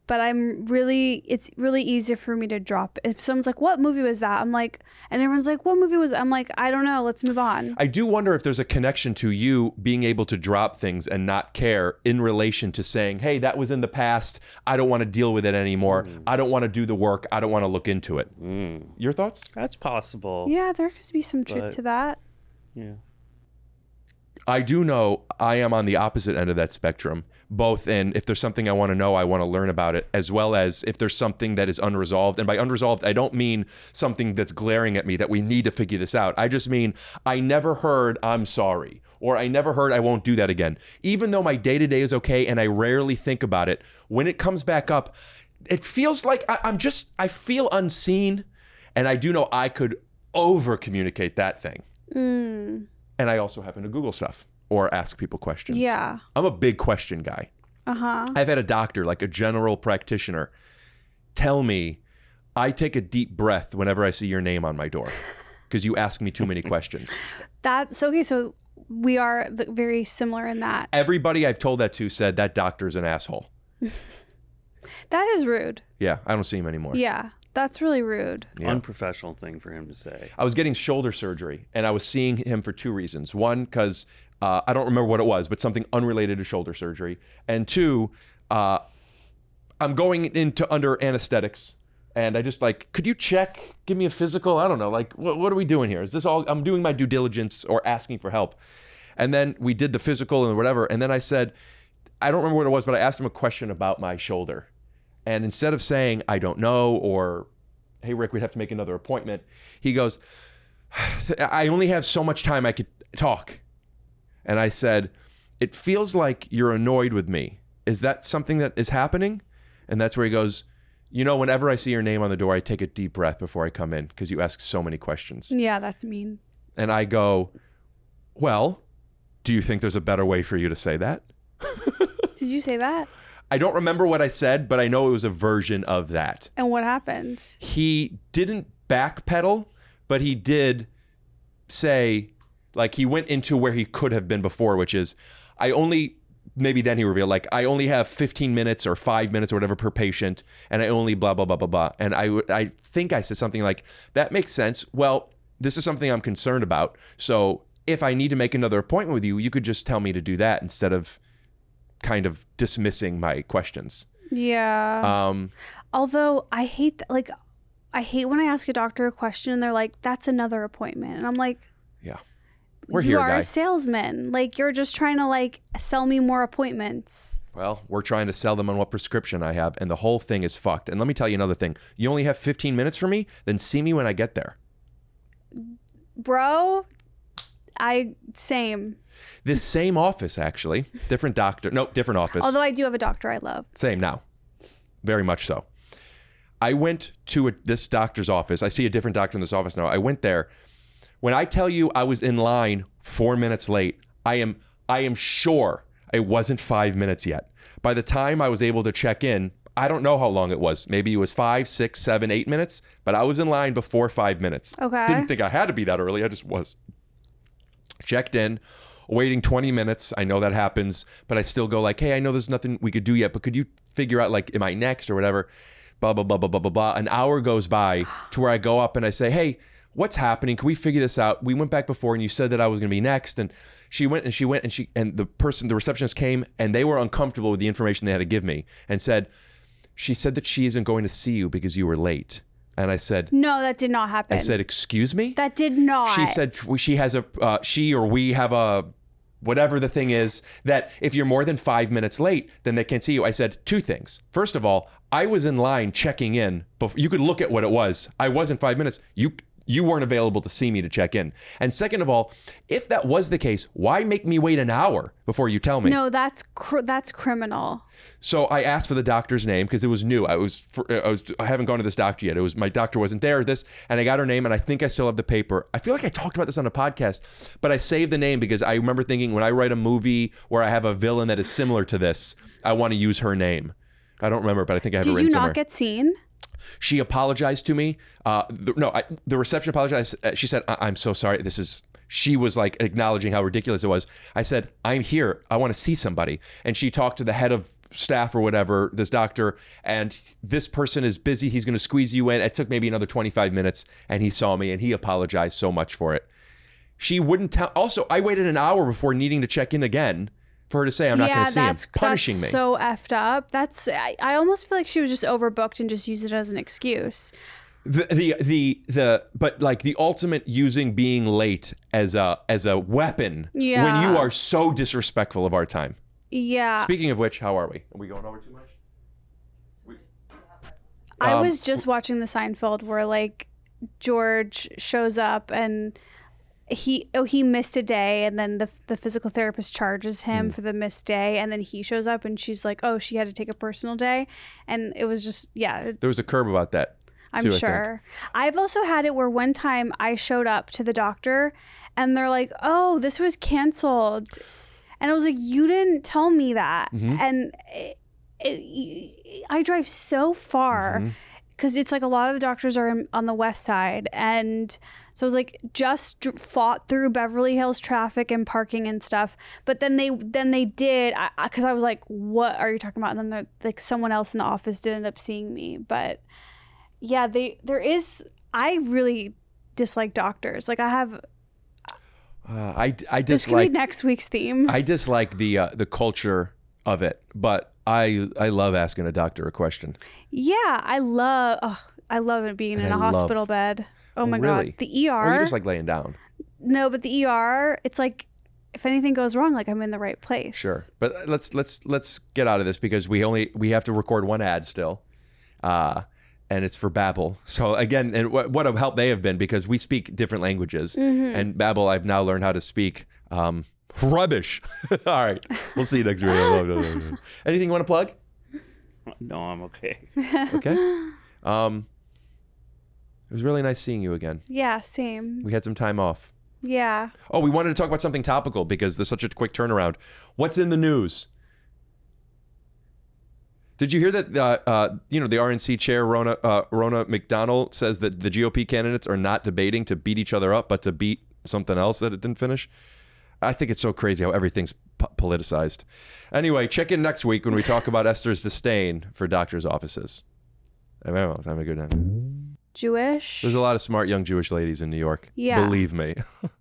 S1: but I'm really it's really easy for me to drop. If someone's like, "What movie was that?" I'm like, and everyone's like, "What movie was?" That? I'm like, "I don't know. Let's move on."
S2: I do wonder if there's a connection to you being able to drop things and not care in relation to saying, hey, that was in the past. I don't want to deal with it anymore. I don't want to do the work. I don't want to look into it. Your thoughts?
S3: That's possible.
S1: yeah, there could be some truth
S3: But-
S1: to that.
S3: yeah.
S2: I do know I am on the opposite end of that spectrum, both in if there's something I want to know, I want to learn about it, as well as if there's something that is unresolved. And by unresolved, I don't mean something that's glaring at me that we need to figure this out. I just mean I never heard I'm sorry, or I never heard I won't do that again. Even though my day to day is okay and I rarely think about it, when it comes back up, it feels like I, I'm just, I feel unseen. And I do know I could over communicate that thing
S1: Mm,
S2: and I also happen to Google stuff or ask people questions.
S1: yeah.
S2: I'm a big question guy.
S1: Uh huh.
S2: I've had a doctor, like a general practitioner, tell me I take a deep breath whenever I see your name on my door because you ask me too many questions.
S1: That's so okay. So we are th- very similar in that.
S2: Everybody I've told that to said that doctor's an asshole.
S1: That is rude.
S2: Yeah, I don't see him anymore.
S1: Yeah, that's really rude.
S2: Yeah.
S3: Unprofessional thing for him to say.
S2: I was getting shoulder surgery, and I was seeing him for two reasons. One, because uh, I don't remember what it was, but something unrelated to shoulder surgery. And two, uh, I'm going into under anesthetics, and I just like, could you check? Give me a physical. I don't know. Like, what, what are we doing here? Is this all? I'm doing my due diligence or asking for help. And then we did the physical and whatever. And then I said, I don't remember what it was, but I asked him a question about my shoulder. And instead of saying, I don't know, or, hey, Rick, we'd have to make another appointment, he goes, I only have so much time I could talk. And I said, It feels like you're annoyed with me. Is that something that is happening? And that's where he goes, You know, whenever I see your name on the door, I take a deep breath before I come in because you ask so many questions.
S1: Yeah, that's mean.
S2: And I go, Well, do you think there's a better way for you to say that?
S1: Did you say that?
S2: I don't remember what I said, but I know it was a version of that.
S1: And what happened?
S2: he didn't backpedal, but he did say, like, he went into where he could have been before, which is, I only, maybe then he revealed, like, I only have 15 minutes or five minutes or whatever per patient, and I only blah, blah, blah, blah, blah. And I, would- I think I said something like, that makes sense. Well, this is something I'm concerned about. So if I need to make another appointment with you, you could just tell me to do that instead of kind of dismissing my questions.
S1: Yeah.
S2: Um,
S1: Although I hate that, like, I hate when I ask a doctor a question and they're like, "That's another appointment," and I'm like,
S2: yeah. We're
S1: "You
S2: here,
S1: are
S2: guy.
S1: a salesman. Like, you're just trying to like sell me more appointments."
S2: Well, we're trying to sell them on what prescription I have, and the whole thing is fucked. And let me tell you another thing. You only have 15 minutes for me, then see me when I get there.
S1: Bro, I same.
S2: This same office, actually. Different doctor. No, different office.
S1: Although I do have a doctor I love.
S2: Same now. Very much so. I went to a, this doctor's office. I see a different doctor in this office now. I went there. When I tell you I was in line 4 minutes late, I am I am sure it wasn't 5 minutes yet. By the time I was able to check in, I don't know how long it was. Maybe it was five, six, seven, eight minutes, but I was in line before 5 minutes.
S1: Okay.
S2: Didn't think I had to be that early. I just was checked in waiting 20 minutes i know that happens but i still go like hey i know there's nothing we could do yet but could you figure out like am i next or whatever blah blah blah blah blah blah blah an hour goes by to where i go up and i say hey what's happening can we figure this out we went back before and you said that i was going to be next and she went and she went and she and the person the receptionist came and they were uncomfortable with the information they had to give me and said she said that she isn't going to see you because you were late and i said
S1: No, that did not happen.
S2: i said excuse me
S1: that did not.
S2: she said tr- she has a uh, she or we have a whatever the thing is that if you're more than five minutes late, then they can't see you. I said two things. First of all, I was in line checking in. Before, you could look at what it was. I wasn't five minutes. You you weren't available to see me to check in. And second of all, if that was the case, why make me wait an hour before you tell me?
S1: No, that's cr- that's criminal.
S2: So I asked for the doctor's name because it was new. I was for, I was I haven't gone to this doctor yet. It was my doctor wasn't there. This and I got her name, and I think I still have the paper. I feel like I talked about this on a podcast, but I saved the name because I remember thinking when I write a movie where I have a villain that is similar to this, I want to use her name. I don't remember, but I think I have it
S1: Did
S2: written
S1: you not
S2: somewhere.
S1: get seen?
S2: She apologized to me. Uh, the, no, I, the reception apologized. Uh, She said, I- "I'm so sorry. This is." She was like acknowledging how ridiculous it was. I said, "I'm here. I want to see somebody." And she talked to the head of staff or whatever, this doctor, and this person is busy. He's going to squeeze you in. It took maybe another 25 minutes, and he saw me, and he apologized so much for it. She wouldn't tell. Also, I waited an hour before needing to check in again for her to say, "I'm not
S1: yeah,
S2: going to see him,"
S1: that's
S2: punishing
S1: that's
S2: me.
S1: so effed up. That's I, I almost feel like she was just overbooked and just used it as an excuse.
S2: the the the the but like the ultimate using being late as a as a weapon
S1: Yeah. Uh,
S2: when you are so disrespectful of our time.
S1: Yeah.
S2: Speaking of which, how are we? Are we going over too much?
S1: I
S2: Um,
S1: was just watching the Seinfeld where like George shows up and he oh he missed a day and then the the physical therapist charges
S2: Hmm.
S1: him for the missed day and then he shows up and she's like oh she had to take a personal day and it was just yeah it-
S2: There was a curb about that.
S1: I'm
S2: too, I think.
S1: sure. I've also had it where one time I showed up to the doctor and they're like, "Oh, this was canceled." And I was like, "You didn't tell me that."
S2: Mm-hmm.
S1: And it, it, I drive so far
S2: Mm-hmm.
S1: cuz it's like a lot of the doctors are in, on the west side and so I was like just dr- fought through Beverly Hills traffic and parking and stuff. But then they then they did I, I, cuz I was like, "What are you talking about?" And then they're- like someone else in the office did end up seeing me, but yeah they there is i really dislike doctors like i have
S2: Uh, I I
S1: this could be
S2: dislike
S1: next week's theme
S2: I dislike the uh, the culture of it, but I I love asking a doctor a question.
S1: yeah i love oh, i love it being
S2: And
S1: in a
S2: I love-
S1: hospital bed oh my
S2: Really?
S1: god the
S2: Or
S1: er
S2: you just like laying down.
S1: no but the er E it's like if anything goes wrong, like I'm in the right place.
S2: Sure, but let's let's let's get out of this because we only we have to record one ad still, uh, and it's for Babbel. So again, and what what a help they have been because we speak different languages, and Babbel I've now learned how to speak um, rubbish. All right, we'll see you next week. Anything you want to plug?
S3: No, I'm okay.
S2: Okay. Um, it was really nice seeing you again.
S1: Yeah, same.
S2: We had some time off.
S1: Yeah.
S2: Oh, we wanted to talk about something topical because there's such a quick turnaround. What's in the news? Did you hear that? Uh, uh, you know, the RNC chair Rona uh, Rona McDonald says that the GOP candidates are not debating to beat each other up, but to beat something else that it didn't finish. I think it's so crazy how everything's po- politicized. Anyway, check in next week when we talk about Esther's disdain for doctors' offices. Have a good night.
S1: Jewish.
S2: There's a lot of smart young Jewish ladies in New York.
S1: Yeah.
S2: Believe me.